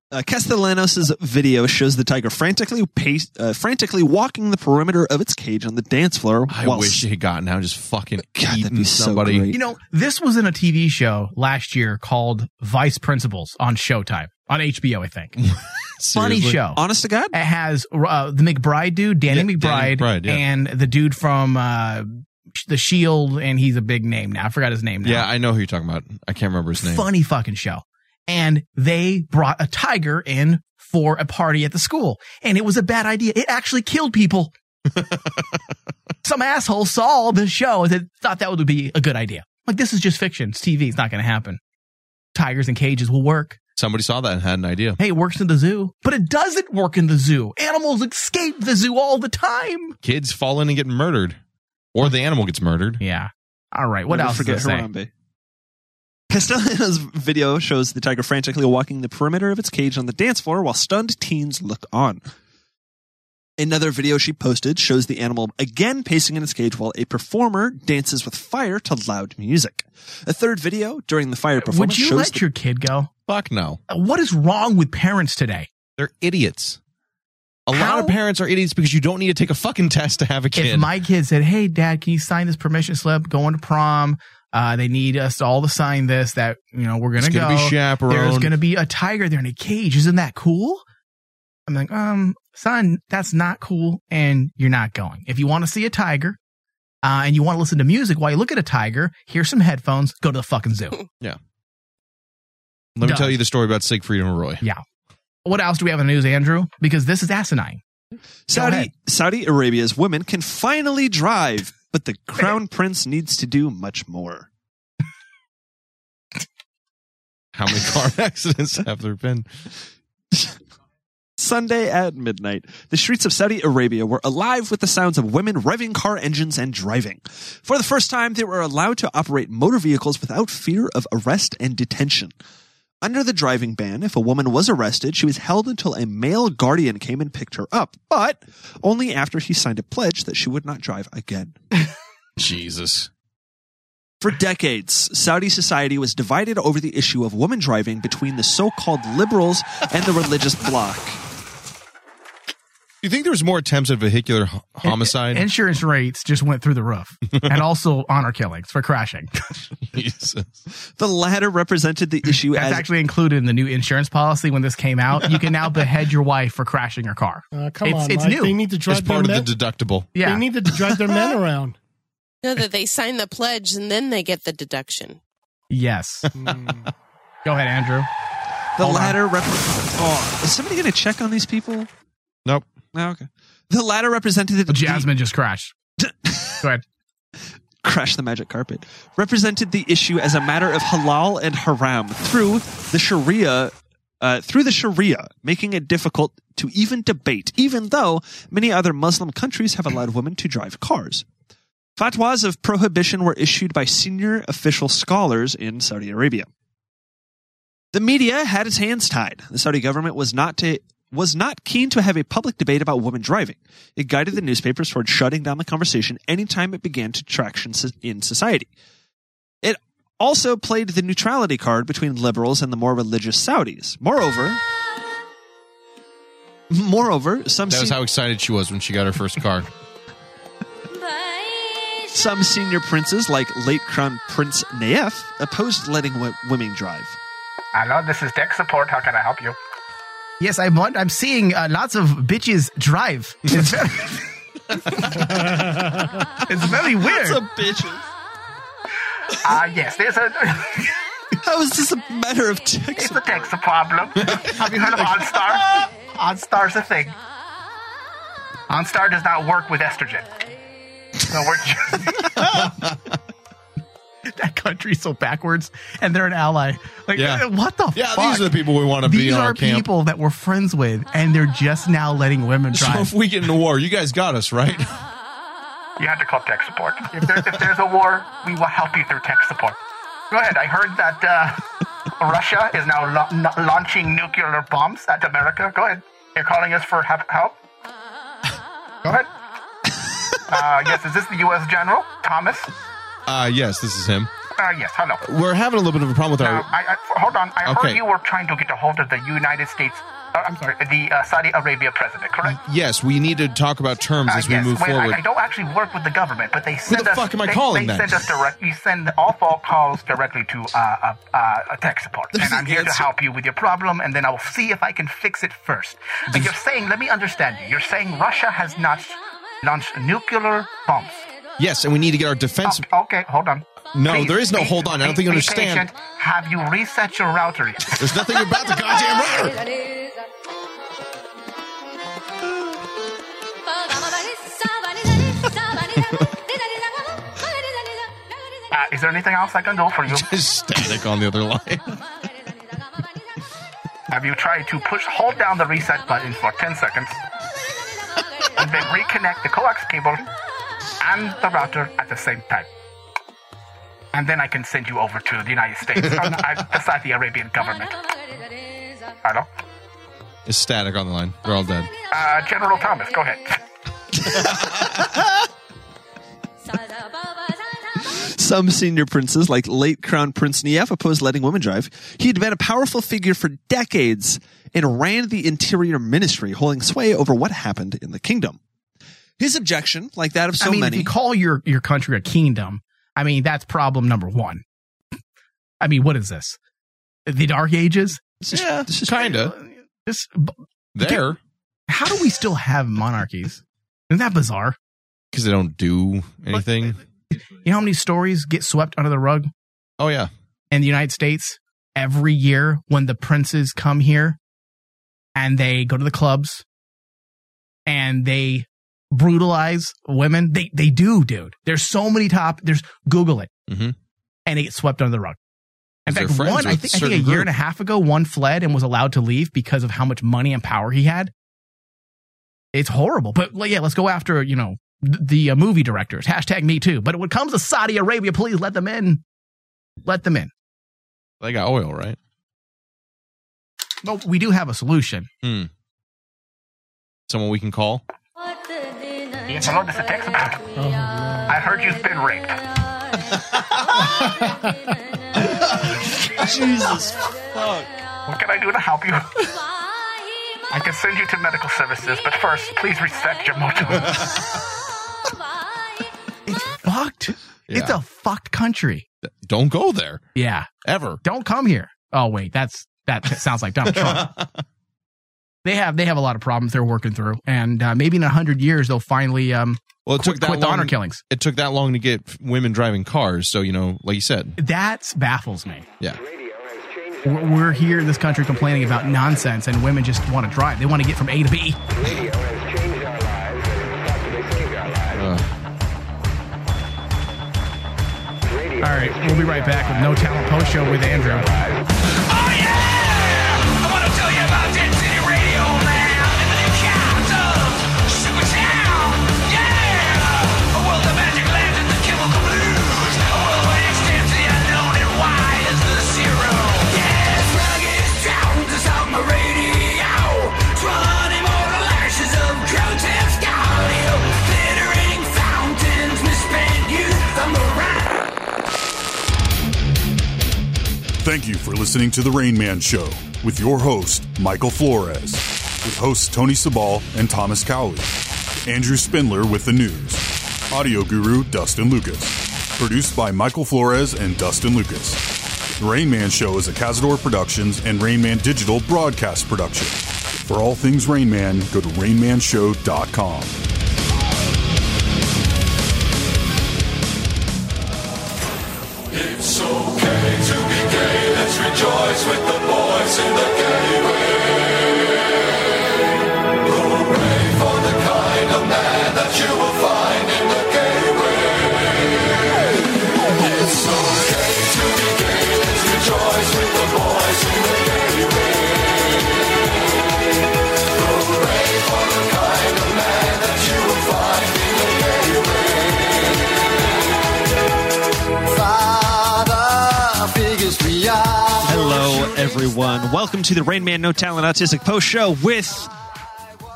Uh, Castellanos' video shows the tiger frantically pace, uh, frantically walking the perimeter of its cage on the dance floor. I while wish she had gotten out and just fucking eaten be so somebody. great. You know, this was in a TV show last year called Vice Principals on Showtime, on HBO, I think. Funny Seriously? show. Honest to God? It has uh, the McBride dude, Danny McBride, McBride, yeah. and the dude from uh, The Shield, and he's a big name now. I forgot his name now. Yeah, I know who you're talking about. I can't remember his name. Funny fucking show. And they brought a tiger in for a party at the school. And it was a bad idea. It actually killed people. Some asshole saw the show and thought that would be a good idea. Like, this is just fiction. It's TV. It's not going to happen. Tigers and cages will work. Somebody saw that and had an idea. Hey, it works in the zoo, but it doesn't work in the zoo. Animals escape the zoo all the time. Kids fall in and get murdered, or the animal gets murdered. Yeah. All right. What Never else? forget does it say? Harambe. Castellanos' video shows the tiger frantically walking the perimeter of its cage on the dance floor while stunned teens look on. Another video she posted shows the animal again pacing in its cage while a performer dances with fire to loud music. A third video during the fire performance Would you shows let the- your kid go? Fuck no. What is wrong with parents today? They're idiots. A lot of parents are idiots because you don't need to take a fucking test to have a kid. If my kid said, "Hey, Dad, can you sign this permission slip? Going to prom. Uh, they need us all to sign this. That you know we're gonna, It's go. gonna be chaperoned." There's gonna be a tiger there in a cage. Isn't that cool?" I'm like, um, son, that's not cool, and you're not going. If you want to see a tiger, uh, and you want to listen to music while you look at a tiger, here's some headphones. Go to the fucking zoo. yeah. Let me Done. tell you the story about Siegfried and Roy. Yeah. What else do we have in the news, Andrew? Because this is asinine. Saudi Saudi Arabia's women can finally drive, but the crown prince needs to do much more. How many car accidents have there been? Sunday at midnight, the streets of Saudi Arabia were alive with the sounds of women revving car engines and driving. For the first time, they were allowed to operate motor vehicles without fear of arrest and detention. Under the driving ban, if a woman was arrested, she was held until a male guardian came and picked her up, but only after she signed a pledge that she would not drive again. Jesus. For decades, Saudi society was divided over the issue of women driving between the so called liberals and the religious bloc. Do you think there was more attempts at vehicular ho- homicide? Insurance rates just went through the roof, and also honor killings for crashing. The latter represented the issue That's as actually included in the new insurance policy when this came out. You can now behead your wife for crashing your car. Uh, come it's, on, it's Mike. new. They need to drive It's part their of the deductible. Yeah. They need to drive their men around. No, that they sign the pledge and then they get the deduction. Yes. Go ahead, Andrew. The latter rep- oh, is somebody going to check on these people? Nope. No, okay. The latter represented the Jasmine just crashed. Go ahead. Crash the magic carpet. Represented the issue as a matter of halal and haram through the Sharia, uh, through the Sharia, making it difficult to even debate, even though many other Muslim countries have allowed women to drive cars. Fatwas of prohibition were issued by senior official scholars in Saudi Arabia. The media had its hands tied. The Saudi government was not to was not keen to have a public debate about women driving. It guided the newspapers toward shutting down the conversation anytime it began to traction so- in society. It also played the neutrality card between liberals and the more religious Saudis. Moreover, moreover, some That was sen- how excited she was when she got her first car. Some senior princes, like late Crown Prince Nayef, opposed letting w- women drive. Hello, this is tech support. How can I help you? Yes, I'm. want- I'm seeing uh, lots of bitches drive. It's very, it's very weird. Ah, yes, there's a. How is this a matter of text? It's a text problem. Have you heard of OnStar? OnStar's a thing. OnStar does not work with estrogen. So we're. that country's so backwards, and they're an ally. Like, uh, Yeah. what the? Yeah, fuck? these are the people we wanna be These on are our camp. people that we're friends with, and they're just now letting women So drive. if we get into war, you guys got us, right? you have to call tech support. If, there, if there's a war, we will help you through tech support. Go ahead. I heard that uh, Russia is now la- n- launching nuclear bombs at America. Go ahead. You're calling us for hap- help? Go ahead. Uh, yes, is this the U.S. General Thomas? Uh, yes, this is him. Uh, yes, hello. We're having a little bit of a problem with Now, our. I, I, hold on. I Okay. heard you were trying to get a hold of the United States. Uh, I'm sorry, the uh, Saudi Arabia president, correct? Yes, we need to talk about terms Uh, as we yes. move Well, I- forward. I, don't actually work with the government, but they send the us. fuck am I they, calling They then? send us direct. You send all phone calls directly to uh, uh, uh, a tech support, and I'm here to help you with your problem, and then I will see if I can fix it first. But you're saying, let me understand you. You're saying Russia has not launched nuclear bombs. Yes, and we need to get our defense. Okay, hold on. No, Please, there is no be- hold on. I don't be- think you be understand. patient. Have you reset your router yet? There's nothing about the goddamn router. Uh, is there anything else I can do for you? Just static on the other line. Have you tried to push, hold down the reset button for 10 seconds, and then reconnect the coax cable and the router at the same time? And then I can send you over to the United States, or not, uh, the Saudi Arabian government. Hello? It's static on the line. They're all dead. Uh, General Thomas, go ahead. some senior princes, like late Crown Prince Nief, opposed letting women drive. He had been a powerful figure for decades and ran the interior ministry, holding sway over what happened in the kingdom. His objection, like that of so I mean, many, if you call your your country a kingdom, I mean that's problem number one. I mean, what is this? The Dark Ages? yeah, this is kind of This there How do we still have monarchies? Isn't that bizarre? because they don't do anything. You know how many stories get swept under the rug? Oh yeah. In the United States, every year when the princes come here and they go to the clubs and they brutalize women, they they do, dude. There's so many top. There's Google it, Mhm. and they get swept under the rug. In Because fact, they're friends one I with think, a I think a certain year group. and a half ago, one fled and was allowed to leave because of how much money and power he had. It's horrible, but like, yeah, let's go after you know th- the uh, movie directors. Hashtag Me Too. But when it comes to Saudi Arabia, please let them in. Let them in. They got oil, right? But we do have a solution. Hmm. Someone we can call. Yes, hello, this is Tex about. Oh. I heard you've been raped. Jesus fuck. What can I do to help you? I can send you to medical services, but first, please reset your motor. Fucked. It's Yeah. a fucked country. Don't go there. Yeah. Ever. Don't come here. Oh wait, that's that sounds like Donald Trump. They have they have a lot of problems they're working through, and uh, maybe in hundred years they'll finally um Well, it quit, took that quit the long. honor killings. It took that long to get f- women driving cars. So you know, like you said, That baffles me. yeah. We're we're here in this country complaining about nonsense, and women just want to drive. They want to get from A to B. All right, we'll be right back with No Talent Post Show with Andrew. Thank you for listening to The Rain Man Show with your host, Michael Flores, with hosts Tony Sabal and Thomas Cowley, Andrew Spindler with the news, audio guru Dustin Lucas, produced by Michael Flores and Dustin Lucas. The Rain Man Show is a Cazador Productions and Rain Man Digital broadcast production. For all things Rain Man, go to rainmanshow.com. It's okay to be gay. Let's rejoice with the boys in the gay way. Hooray for the kind of man that you will find in the gay way. It's okay to be gay. Let's rejoice with the boys in the gay way. Hooray for the kind of man that you will find in the gay way. Father figures we are. Hello, everyone. Welcome to the Rain Man No Talent Autistic Post Show with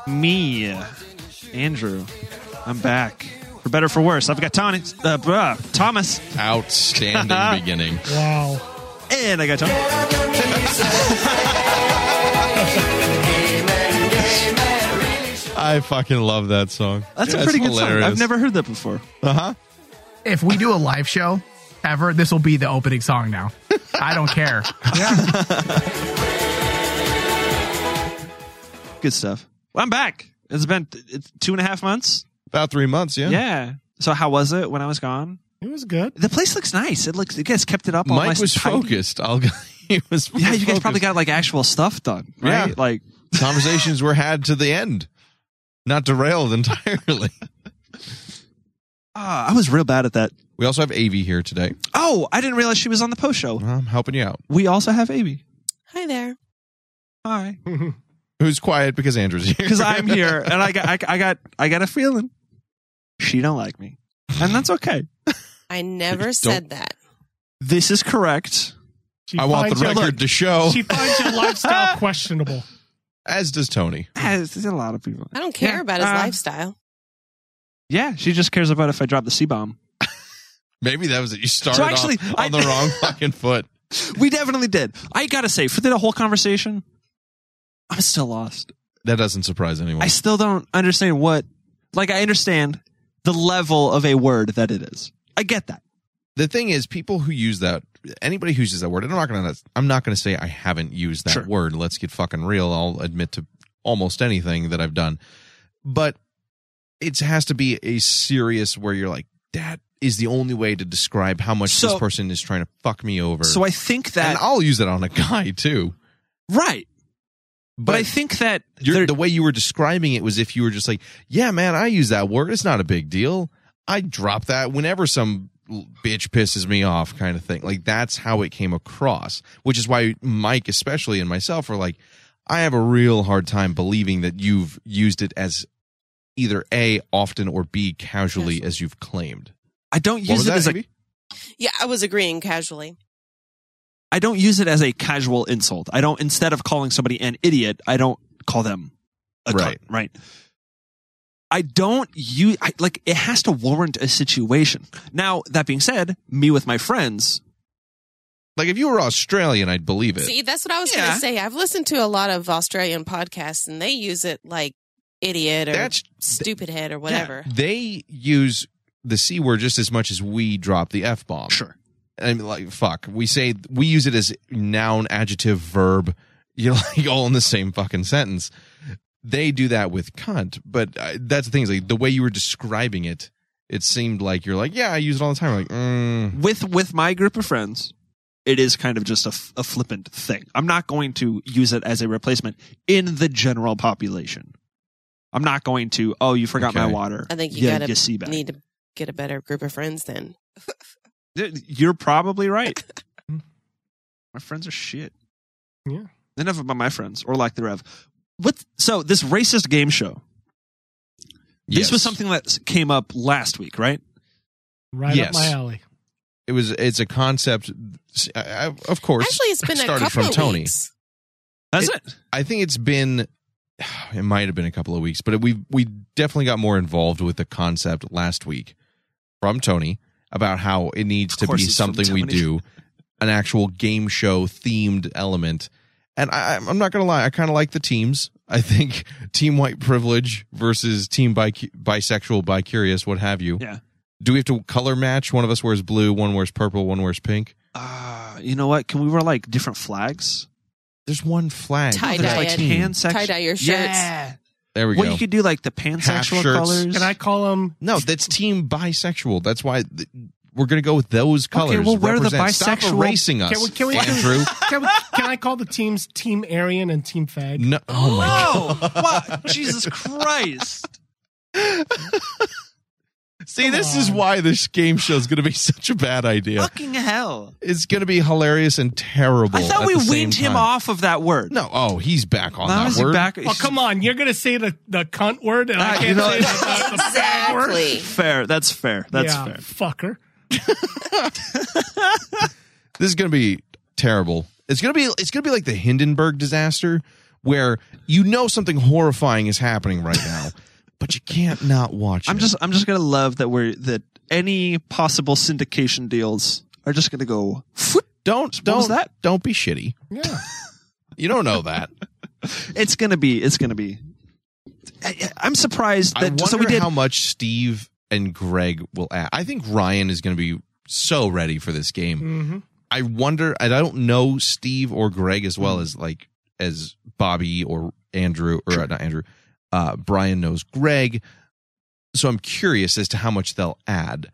me, Andrew. I'm back. For better or for worse, I've got Tony, uh, bruh, Thomas. Outstanding beginning. Wow. And I got Tony. I fucking love that song. That's a pretty good song. I've hilarious. never heard that before. Uh huh. If we do a live show ever, this will be the opening song now. I don't care. Good stuff. Well, I'm back. It's been t- it's two and a half months. About three months, yeah. Yeah. So how was it when I was gone? It was good. The place looks nice. It looks. You guys kept it up. all Mike nice was and tidy. focused. I'll. go- He was. Yeah, you guys focused. probably got like actual stuff done, right? Yeah. Like conversations were had to the end, not derailed entirely. Ah, I was real bad at that. We also have Avi here today. Oh, I didn't realize she was on the post show. I'm helping you out. We also have Amy, Hi there. Hi. who's quiet because Andrew's here. because I'm here, and I got, I, I got, I got a feeling she don't like me, and that's okay. I never said that. This is correct. She I want the finds your- record to show. She finds your lifestyle questionable. As does Tony. As does a lot of people. I don't care Yeah, about his uh, lifestyle. Yeah, she just cares about if I drop the C bomb. Maybe that was it. You started So off actually, on I- the wrong fucking foot. We definitely did. I gotta say, for the whole conversation, I'm still lost. That doesn't surprise anyone. I still don't understand what. Like, I understand the level of a word that it is. I get that. the thing is, people who use that, anybody who uses that word, and I'm not gonna, I'm not gonna say I haven't used that word. Let's get fucking real. I'll admit to almost anything that I've done, but it has to be a serious where you're like, that is the only way to describe how much this So- person is trying to fuck me over. So I think that. and I'll use that on a guy too. Right. But, I think that You're, the way you were describing it was if you were just like, yeah, man, I use that word. It's not a big deal. I drop that whenever some l- bitch pisses me off, kind of thing. Like, that's how it came across, which is why Mike, especially, and myself are like, I have a real hard time believing that you've used it as either A, often, or B, casually, as you've claimed. I don't What use was it that, as a. Amy? Yeah, I was agreeing casually. I don't use it as a casual insult. I don't instead of calling somebody an idiot, I don't call them a right. right. I don't use I, like it has to warrant a situation. Now that being said, me with my friends, like if you were Australian, I'd believe it. See, that's what I was going Yeah. to say. I've listened to a lot of Australian podcasts, and they use it like idiot or That's- stupid head or whatever. They use the c word just as much as we drop the f bomb. Sure. I mean, like fuck. We say we use it as noun, adjective, verb. You're like all in the same fucking sentence. They do that with cunt, but uh, that's the thing. Is like the way you were describing it. It seemed like you're like, yeah, I use it all the time. Like, mm. with with my group of friends, it is kind of just a, f- a flippant thing. I'm not going to use it as a replacement in the general population. I'm not going to. Oh, you forgot my Okay. water. I think you Yeah, gotta you see back. need to get a better group of friends then. You're probably right. my friends are shit. Yeah. Enough about my friends or lack thereof. What? So this racist game show. This was something that s- came up last week, right? Right Yes. up my alley. it was. It's a concept. I- I- Of course, Actually, it's been a started couple from of Tony. weeks. Has it? I think it's been. It might have been a couple of weeks, but we we definitely got more involved with the concept last week from Tony about how it needs to be course it's from something we Tony. do, an actual game show themed element. And I, I'm- I'm not gonna lie, I kind of like the teams. I think team white privilege versus team bi- bisexual, bi curious, what have you. Yeah. Do we have to color match? One of us wears blue, one wears purple, one wears pink. Uh, you know what? Can we wear like different flags? There's one flag. Tie Tie-dye dye like it. pansexual. Tie-dye your shirts. Yeah. There we Well, go. you could do like the Half pansexual shirts. colors. Can I call them? No, that's team bisexual. That's why th- we're going to go with those colors. well, wear the Represent- Stop bisexual- erasing us, Can, we, can, we, Andrew. can, we, can I call the teams Team Aryan and Team Fag? No. Oh my Oh, what? Jesus Christ. See, this is why this game show is going to be such a bad idea. Fucking hell. It's going to be hilarious and terrible. I thought at we the same weaned him time. off of that word. No, oh, he's back on Now that he's word. back- Oh, come on. You're going to say the, the cunt word and Ah, I you can't know- say the, the fag word? Fair. That's fair. That's Yeah, fair. Fucker. This is going to be terrible. It's going to be it's going to be like the Hindenburg disaster where you know something horrifying is happening right now, but you can't not watch I'm it. just I'm just gonna love that we're that any possible syndication deals are just gonna go. Don't What was don't that? don't be shitty. Yeah. You don't know that. it's gonna be. It's gonna be. I, I'm surprised I that wonder so we did. how much Steve and Greg will add. I think Ryan is going to be so ready for this game. I wonder. I don't know Steve or Greg as well as like as Bobby or Andrew or uh, not Andrew. Uh, Brian knows Greg, so I'm curious as to how much they'll add.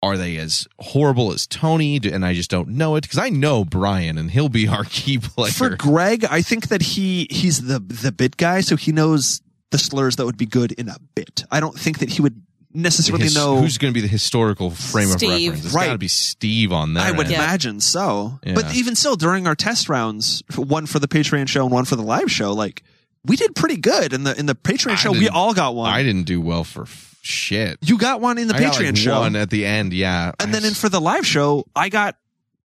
Are they as horrible as Tony? Do- And I just don't know it because I know Brian and he'll be our key player. For Greg, I think that he he's the the bit guy, so he knows the slurs that would be good in a bit. I don't think that he would necessarily His- know. who's going to be the historical frame Steve. of reference. It's Right. got to be Steve on that. I would imagine so. Yeah. But even still, during our test rounds, one for the Patreon show and one for the live show, like we did pretty good in the in the Patreon show. We didn't- all got one. I didn't do well for f- shit. You got one in the I got, Patreon like, show, one at the end, yeah. and then in for the live show, I got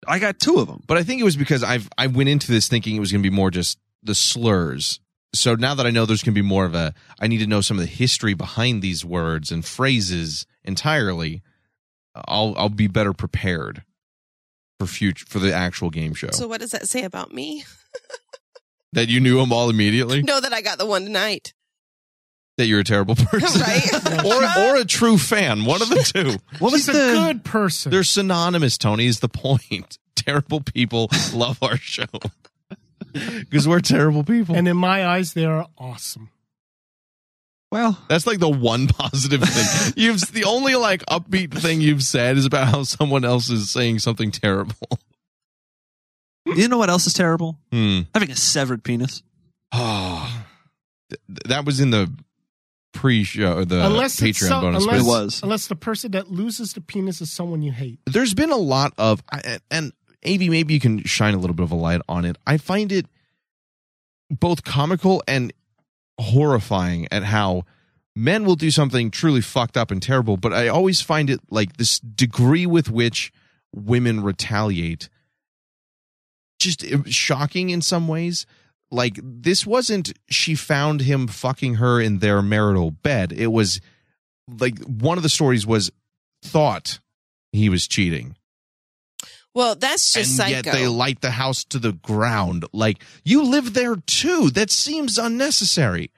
I got two of them. But I think it was because I've I went into this thinking it was going to be more just the slurs. So now that I know there's going to be more of a, I need to know some of the history behind these words and phrases entirely. I'll I'll be better prepared for future for the actual game show. So what does that say about me? that you knew them all immediately. Know that I got the one tonight. That you're a terrible person, or or a true fan. One of the two. What was She's a the- good person? They're synonymous. Tony is the point. Terrible people love our show because we're terrible people. And in my eyes, they are awesome. Well, that's like the one positive thing you've. The only like upbeat thing you've said is about how someone else is saying something terrible. You know what else is terrible? Hmm. Having a severed penis. Oh, th- that was in the pre-show, the unless it's Uh, Patreon some- bonus. unless, but- unless the person that loses the penis is someone you hate. There's been a lot of, I- and Av, maybe you can shine a little bit of a light on it. I find it both comical and horrifying at how men will do something truly fucked up and terrible. But I always find it like this degree with which women retaliate just uh, shocking in some ways. Like this wasn't she found him fucking her in their marital bed. It was like one of the stories was thought he was cheating. Well, that's just and psycho. yet they light the house to the ground. Like you live there too. That seems unnecessary.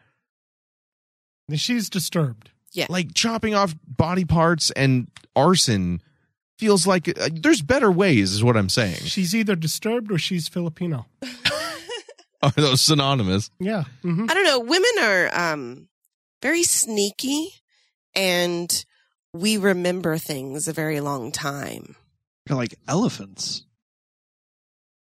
She's disturbed. Yeah. Like chopping off body parts and arson feels like uh, there's better ways is what I'm saying. She's either disturbed or she's Filipino. Are those synonymous? Yeah. I don't know. Women are um, very sneaky, and we remember things a very long time. They're like elephants.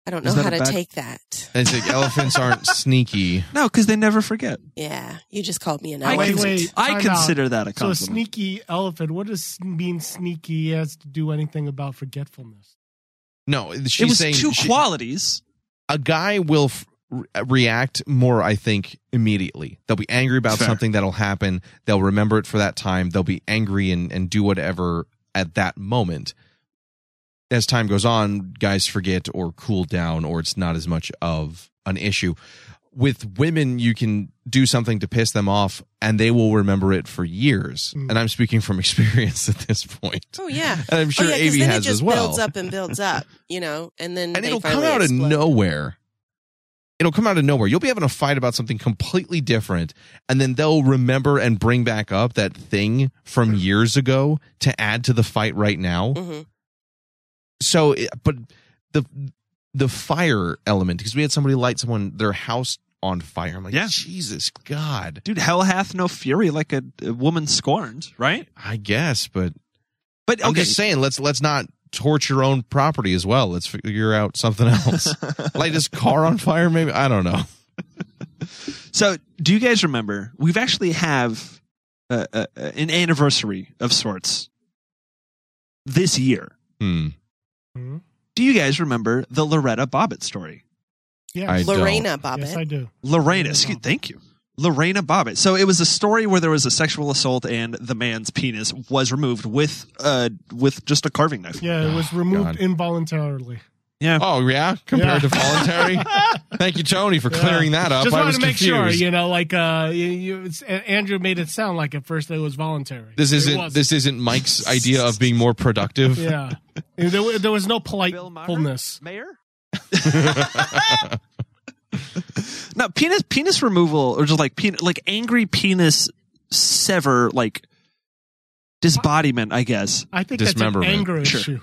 I don't Is know that how a to bad- take that. And it's like elephants aren't sneaky. No, because they never forget. Yeah, you just called me an I elephant. can- I time consider out. that a compliment. So sneaky elephant. What does mean sneaky has to do anything about forgetfulness? No, she's was saying two qualities. A guy will f- re- react more, I think, immediately. They'll be angry about Fair. something that'll happen. They'll remember it for that time. They'll be angry and, and do whatever at that moment. As time goes on, guys forget or cool down, or it's not as much of an issue. With women, you can do something to piss them off, and they will remember it for years. And I'm speaking from experience at this point. Oh yeah, And I'm Oh, sure yeah, 'cause Avi then has it just as well. Builds up and builds up, you know, and then and they it'll come finally out explode. of nowhere. It'll come out of nowhere. You'll be having a fight about something completely different, and then they'll remember and bring back up that thing from Mm-hmm. years ago to add to the fight right now. So, it- but the the fire element because we had somebody light someone their house on fire. I'm like, Jesus God, dude, hell hath no fury like a, a woman scorned, right? I guess, but But I'm okay. just saying, let's let's not torch your own property as well. Let's figure out something else. Light his car on fire, maybe. I don't know. So, do you guys remember? We've actually have uh, uh, uh, an anniversary of sorts this year. Hmm. Do you guys remember the Loretta Bobbitt story? Yeah. I don't. Lorena Bobbitt. Yes, I do. Lorena, excuse, thank you. Lorena Bobbitt. So it was a story where there was a sexual assault and the man's penis was removed with uh with just a carving knife. Ah, Yeah, it was removed God. involuntarily. Yeah. Oh yeah, compared to Yeah. voluntary. Thank you, Tony, for clearing that up. Just I wanted was to make sure, confused. you know, like uh, you, you, it's, A- Andrew made it sound like at first it was voluntary. This It isn't wasn't. this isn't Mike's idea of being more productive. Yeah, And there, wa- there was no politefulness. Mayor. No, penis penis removal or just like penis like angry penis sever like disbodiment, I guess. I think that's an anger issue.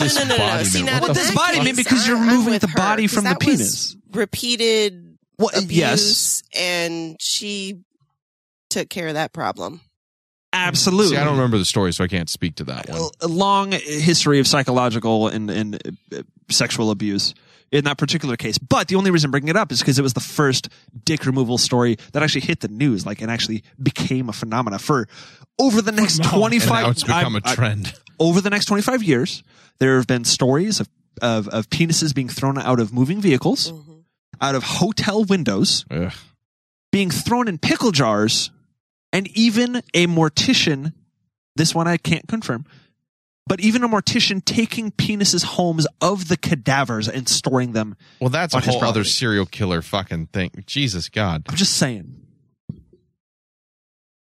No, no, no, no. See, now well, in that disbodiment case, because you're I'm- I'm moving with the her, body 'cause from the that was penis. Repeated Well, uh, abuse, yes. and she took care of that problem. Absolutely. See, I don't remember the story, so I can't speak to that one. a long history of psychological and, and uh, sexual abuse in that particular case. But the only reason I'm bringing it up is because it was the first dick removal story that actually hit the news, like, and actually became a phenomena for over the next Phenomena. 25 And now it's become I'm- a trend. I- over the next 25 years, there have been stories of, of, of penises being thrown out of moving vehicles, out of hotel windows, being thrown in pickle jars, and even a mortician this one I can't confirm. But even a mortician taking penises homes of the cadavers and storing them. Well, that's a on his whole other property. serial killer fucking thing. Jesus God. I'm just saying.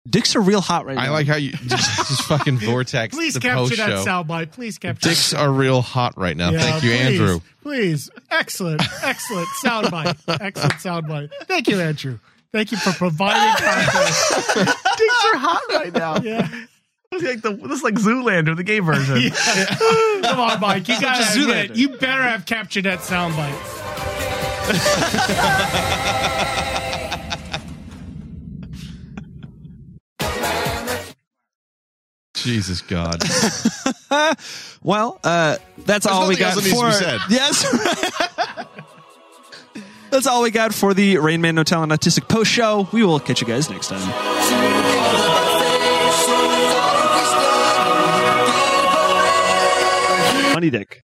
Dicks are real hot right now. I like how you just, just fucking vortex. Please the capture post that show. soundbite. Please capture. Dicks are real hot right now. Yeah, Thank you, please, Andrew. Please, excellent, excellent soundbite, excellent soundbite. Thank you, Andrew. Thank you for providing content. Dicks are hot right now. Yeah. It's like the, this is like Zoolander, the gay version. Come on, Mike. You Such got a to admit, Zoolander. you better have captured that soundbite. Jesus God. well, uh, that's There's all we nothing else got that needs to for be said. yes. that's all we got for the Rain Man No Talent Autistic Post Show. We will catch you guys next time. Money Dick.